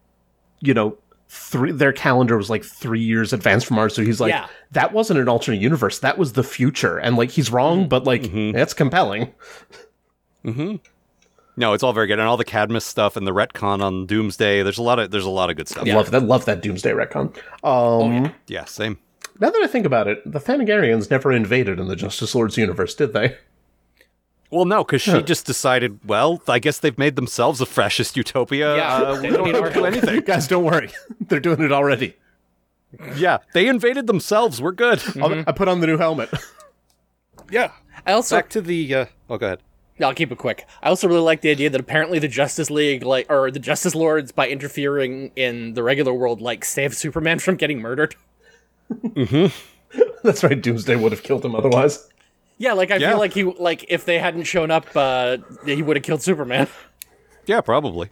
Speaker 5: you know, three. Their calendar was like three years advanced from ours. So he's like,
Speaker 4: Yeah.
Speaker 5: that wasn't an alternate universe. That was the future. And like, he's wrong, but like, that's compelling.
Speaker 3: Mm-hmm. No, it's all very good, and all the Cadmus stuff and the retcon on Doomsday. There's a lot of there's a lot of good stuff.
Speaker 5: Love that. Love that Doomsday retcon. Um,
Speaker 3: Yeah, same.
Speaker 5: Now that I think about it, the Thanagarians never invaded in the Justice Lords universe, did they?
Speaker 3: Well, no, because she just decided. Well, I guess they've made themselves a fascist utopia.
Speaker 4: Yeah,
Speaker 3: Uh,
Speaker 4: they
Speaker 3: we
Speaker 4: don't need our
Speaker 3: don't do
Speaker 4: help.
Speaker 5: you
Speaker 3: anything.
Speaker 5: guys, don't worry. They're doing it already.
Speaker 3: Yeah, they invaded themselves. We're good.
Speaker 5: I'll- I put on the new helmet.
Speaker 3: Yeah,
Speaker 4: I also
Speaker 3: back to the. Uh, oh, go ahead.
Speaker 4: No, I'll keep it quick. I also really like the idea that apparently the Justice League, like, or the Justice Lords, by interfering in the regular world, like, save Superman from getting murdered.
Speaker 5: that's right. Doomsday would have killed him otherwise.
Speaker 4: Yeah, like I
Speaker 3: Yeah.
Speaker 4: feel like he, like, if they hadn't shown up, uh, he would have killed Superman.
Speaker 3: Yeah, probably.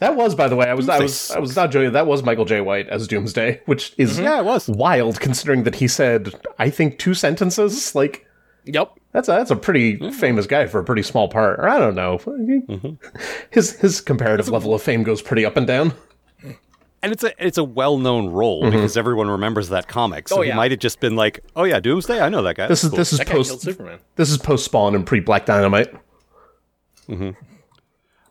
Speaker 5: That was, by the way, I was I was
Speaker 3: Doomsday
Speaker 5: I was not joking. That was Michael J. White as Doomsday, which is
Speaker 3: Yeah, it was.
Speaker 5: wild considering that he said I think two sentences. Like
Speaker 4: Yep.
Speaker 5: that's a, that's a pretty
Speaker 3: Mm-hmm.
Speaker 5: famous guy for a pretty small part. Or I don't know.
Speaker 3: Mm-hmm.
Speaker 5: His his comparative level of fame goes pretty up and down.
Speaker 3: and it's a it's a well known role
Speaker 5: Mm-hmm.
Speaker 3: because everyone remembers that comic. So
Speaker 4: Oh,
Speaker 3: he
Speaker 4: yeah.
Speaker 3: might have just been like, "Oh yeah, Doomsday, I know that guy."
Speaker 5: This is
Speaker 3: That's
Speaker 5: this is
Speaker 4: That guy killed
Speaker 5: post
Speaker 4: Superman.
Speaker 5: this is post Spawn and pre Black Dynamite.
Speaker 3: cool."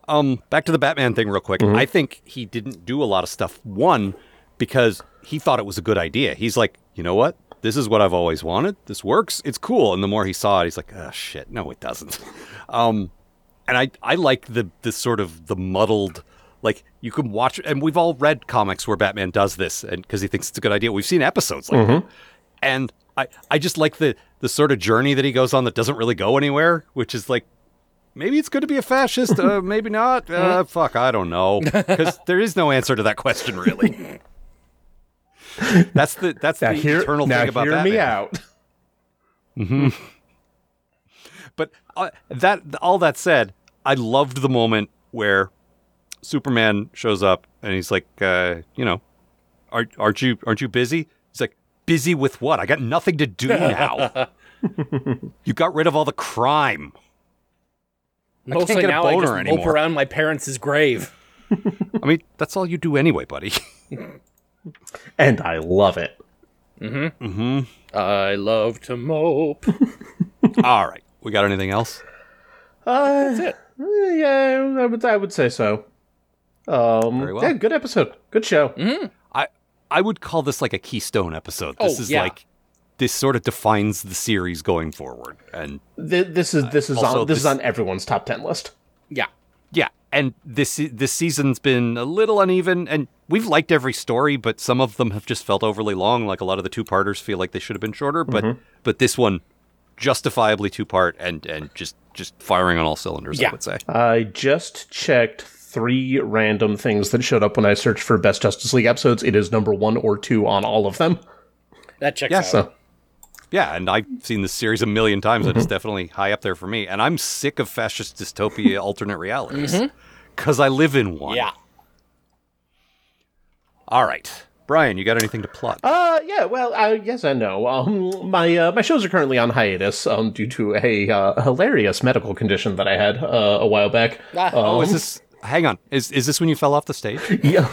Speaker 3: um back to the Batman thing real quick.
Speaker 5: Mm-hmm.
Speaker 3: I think he didn't do a lot of stuff. One, because he thought it was a good idea. He's like, you know what? This is what I've always wanted. This works. It's cool. And the more he saw it, he's like, "Oh shit, no, it doesn't." um, and I I like the the sort of the muddled. Like you can watch, and we've all read comics where Batman does this, and because he thinks it's a good idea, we've seen episodes like
Speaker 5: Mm-hmm.
Speaker 3: that. and I, I just like the the sort of journey that he goes on that doesn't really go anywhere, which is like maybe it's good to be a fascist, uh, maybe not.
Speaker 5: Mm-hmm.
Speaker 3: Uh, fuck, I don't know, because there is no answer to that question really. That's the that's the eternal thing about
Speaker 5: hear
Speaker 3: Batman.
Speaker 5: me out.
Speaker 3: But uh, that all that said, I loved the moment where Superman shows up and he's like, uh, you know, aren't aren't you aren't you busy? He's like, busy with what? I got nothing to do now. you got rid of all the crime.
Speaker 4: Mostly
Speaker 3: get a
Speaker 4: now I
Speaker 3: boner
Speaker 4: just mope
Speaker 3: anymore.
Speaker 4: around my parents' grave.
Speaker 3: I mean, that's all you do anyway, buddy.
Speaker 5: And I love it.
Speaker 4: I love to mope.
Speaker 3: all right, we got anything else?
Speaker 5: Uh, eh, Yeah, I would I would say so. Um,
Speaker 3: Very well.
Speaker 5: yeah, good episode, good show.
Speaker 3: I I would call this like a keystone episode. This
Speaker 4: Oh,
Speaker 3: is
Speaker 4: yeah.
Speaker 3: like this sort of defines the series going forward. And
Speaker 5: Th- this is this is
Speaker 3: also
Speaker 5: on this, is
Speaker 3: this-
Speaker 5: on everyone's top ten list.
Speaker 4: Yeah.
Speaker 3: yeah, and this se- this season's been a little uneven and we've liked every story, but some of them have just felt overly long, like a lot of the two-parters feel like they should have been shorter, but
Speaker 4: Mm-hmm.
Speaker 3: but this one justifiably two-part and and just just firing on all cylinders, I
Speaker 4: Yeah. Uh.
Speaker 3: would say.
Speaker 5: I just checked three random things that showed up when I searched for best Justice League episodes. It is number one or two on all of them.
Speaker 4: That checks
Speaker 3: Yeah,
Speaker 4: out.
Speaker 5: So
Speaker 3: Yeah, and I've seen this series a million times,
Speaker 4: Mm-hmm.
Speaker 3: and it's definitely high up there for me. And I'm sick of fascist dystopia alternate realities because I live in one.
Speaker 4: Mm-hmm. yeah.
Speaker 3: All right, Brian, you got anything to plug?
Speaker 4: Oh.
Speaker 5: Uh, yeah, well, uh, yes and no. Um, my uh, my shows are currently on hiatus um, due to a uh, hilarious medical condition that I had uh, a while back.
Speaker 3: oh, is this? Hang on, is is this when you fell off the stage?
Speaker 5: Yeah.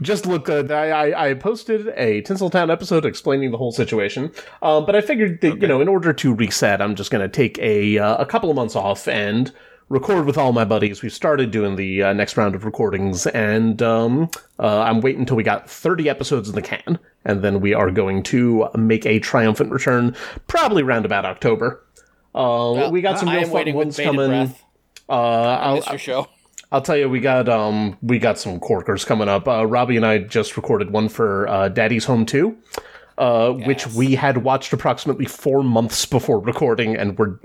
Speaker 5: Just look, uh, I, I- I posted a Tinseltown episode explaining the whole situation, um, but I figured that you know, in order to reset, I'm just going to take a uh, a couple of months off and record with all my buddies. We've started doing the uh, next round of recordings, and um, uh, I'm waiting until we got 30 episodes in the can, and then we are going to make a triumphant return, probably round about October. Uh, we got some
Speaker 4: I
Speaker 5: real
Speaker 4: am
Speaker 5: fun
Speaker 4: waiting
Speaker 5: ones
Speaker 4: with bated
Speaker 5: coming.
Speaker 4: breath.
Speaker 5: Uh, I'll,
Speaker 4: Mr. Show.
Speaker 5: I'll tell you, we got um, we got some corkers coming up. Uh, Robbie and I just recorded one for uh, Daddy's Home Two, uh, which we had watched approximately four months before recording, and we're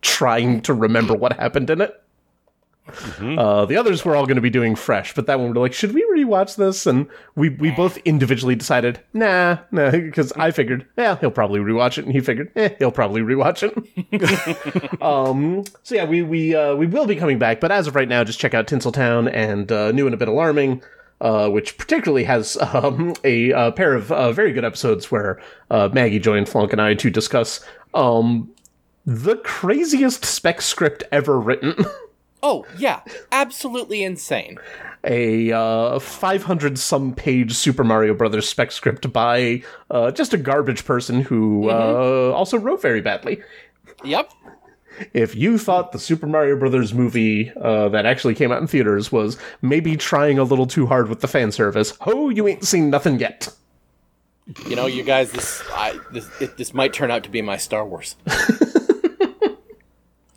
Speaker 5: trying to remember what happened in it. Uh, the others we're all going to be doing fresh, but that one we're like, should we rewatch this? And we we both individually decided, nah, nah, because I figured, yeah, he'll probably rewatch it, and he figured, eh, he'll probably rewatch it. So yeah, we we uh, we will be coming back, but as of right now, just check out Tinseltown and uh, New and a Bit Alarming, uh, which particularly has um, a, uh pair of uh, very good episodes where uh, Maggie, Joy, and Flunk and I to discuss um, the craziest spec script ever written.
Speaker 4: Oh, yeah. Absolutely insane.
Speaker 5: a uh, 500 some page Super Mario Brothers spec script by uh, just a garbage person who uh, also wrote very badly.
Speaker 4: Yep.
Speaker 5: if you thought the Super Mario Brothers movie uh, that actually came out in theaters was maybe trying a little too hard with the fan service, ho, you ain't seen nothing yet.
Speaker 4: You know, you guys, this I, this, it, this might turn out to be my Star Wars.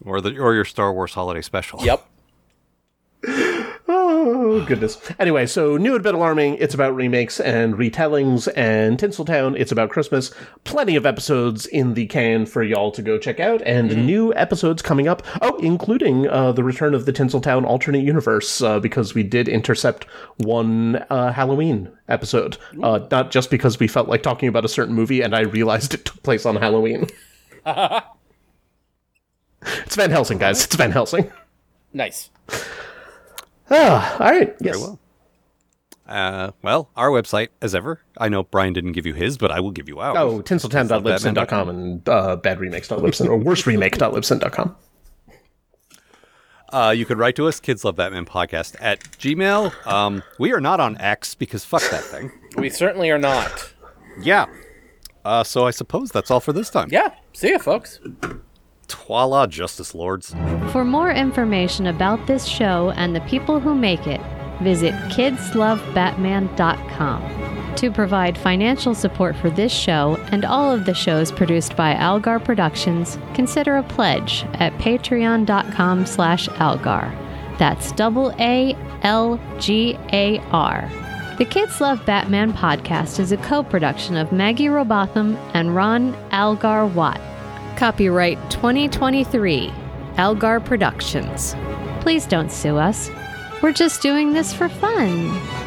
Speaker 3: Or the or your Star Wars holiday special?
Speaker 4: Yep.
Speaker 5: Oh goodness. Anyway, so new and a bit alarming. It's about remakes and retellings, and Tinseltown. It's about Christmas. Plenty of episodes in the can for y'all to go check out, and new episodes coming up. Oh, including uh, the return of the Tinseltown alternate universe uh, because we did intercept one uh, Halloween episode. Uh, not just because we felt like talking about a certain movie, and I realized it took place on Halloween. it's Van Helsing, guys. It's Van Helsing.
Speaker 4: Nice.
Speaker 5: Ah, all right. Yes.
Speaker 3: well. Uh, well, our website, as ever. I know Brian didn't give you his, but I will give you ours.
Speaker 5: Oh, tinseltown.libsyn.com and uh, badremakes.libsyn or worstremake.libsyn.com.
Speaker 3: Uh, you could write to us, kids love Batman podcast at Gmail. Um, we are not on X because fuck that thing.
Speaker 4: We certainly are not.
Speaker 3: yeah. Uh, so I suppose that's all for this time.
Speaker 4: Yeah. See ya, folks.
Speaker 3: Twala, Justice Lords.
Speaker 2: For more information about this show and the people who make it, visit kidslovebatman.com. To provide financial support for this show and all of the shows produced by Algar Productions, consider a pledge at patreon.com slash algar. That's double A L G A R. The Kids Love Batman podcast is a co production of Maggie Robotham and Ron Algar Watt. Copyright 2023, Algar Productions. Please don't sue us. We're just doing this for fun.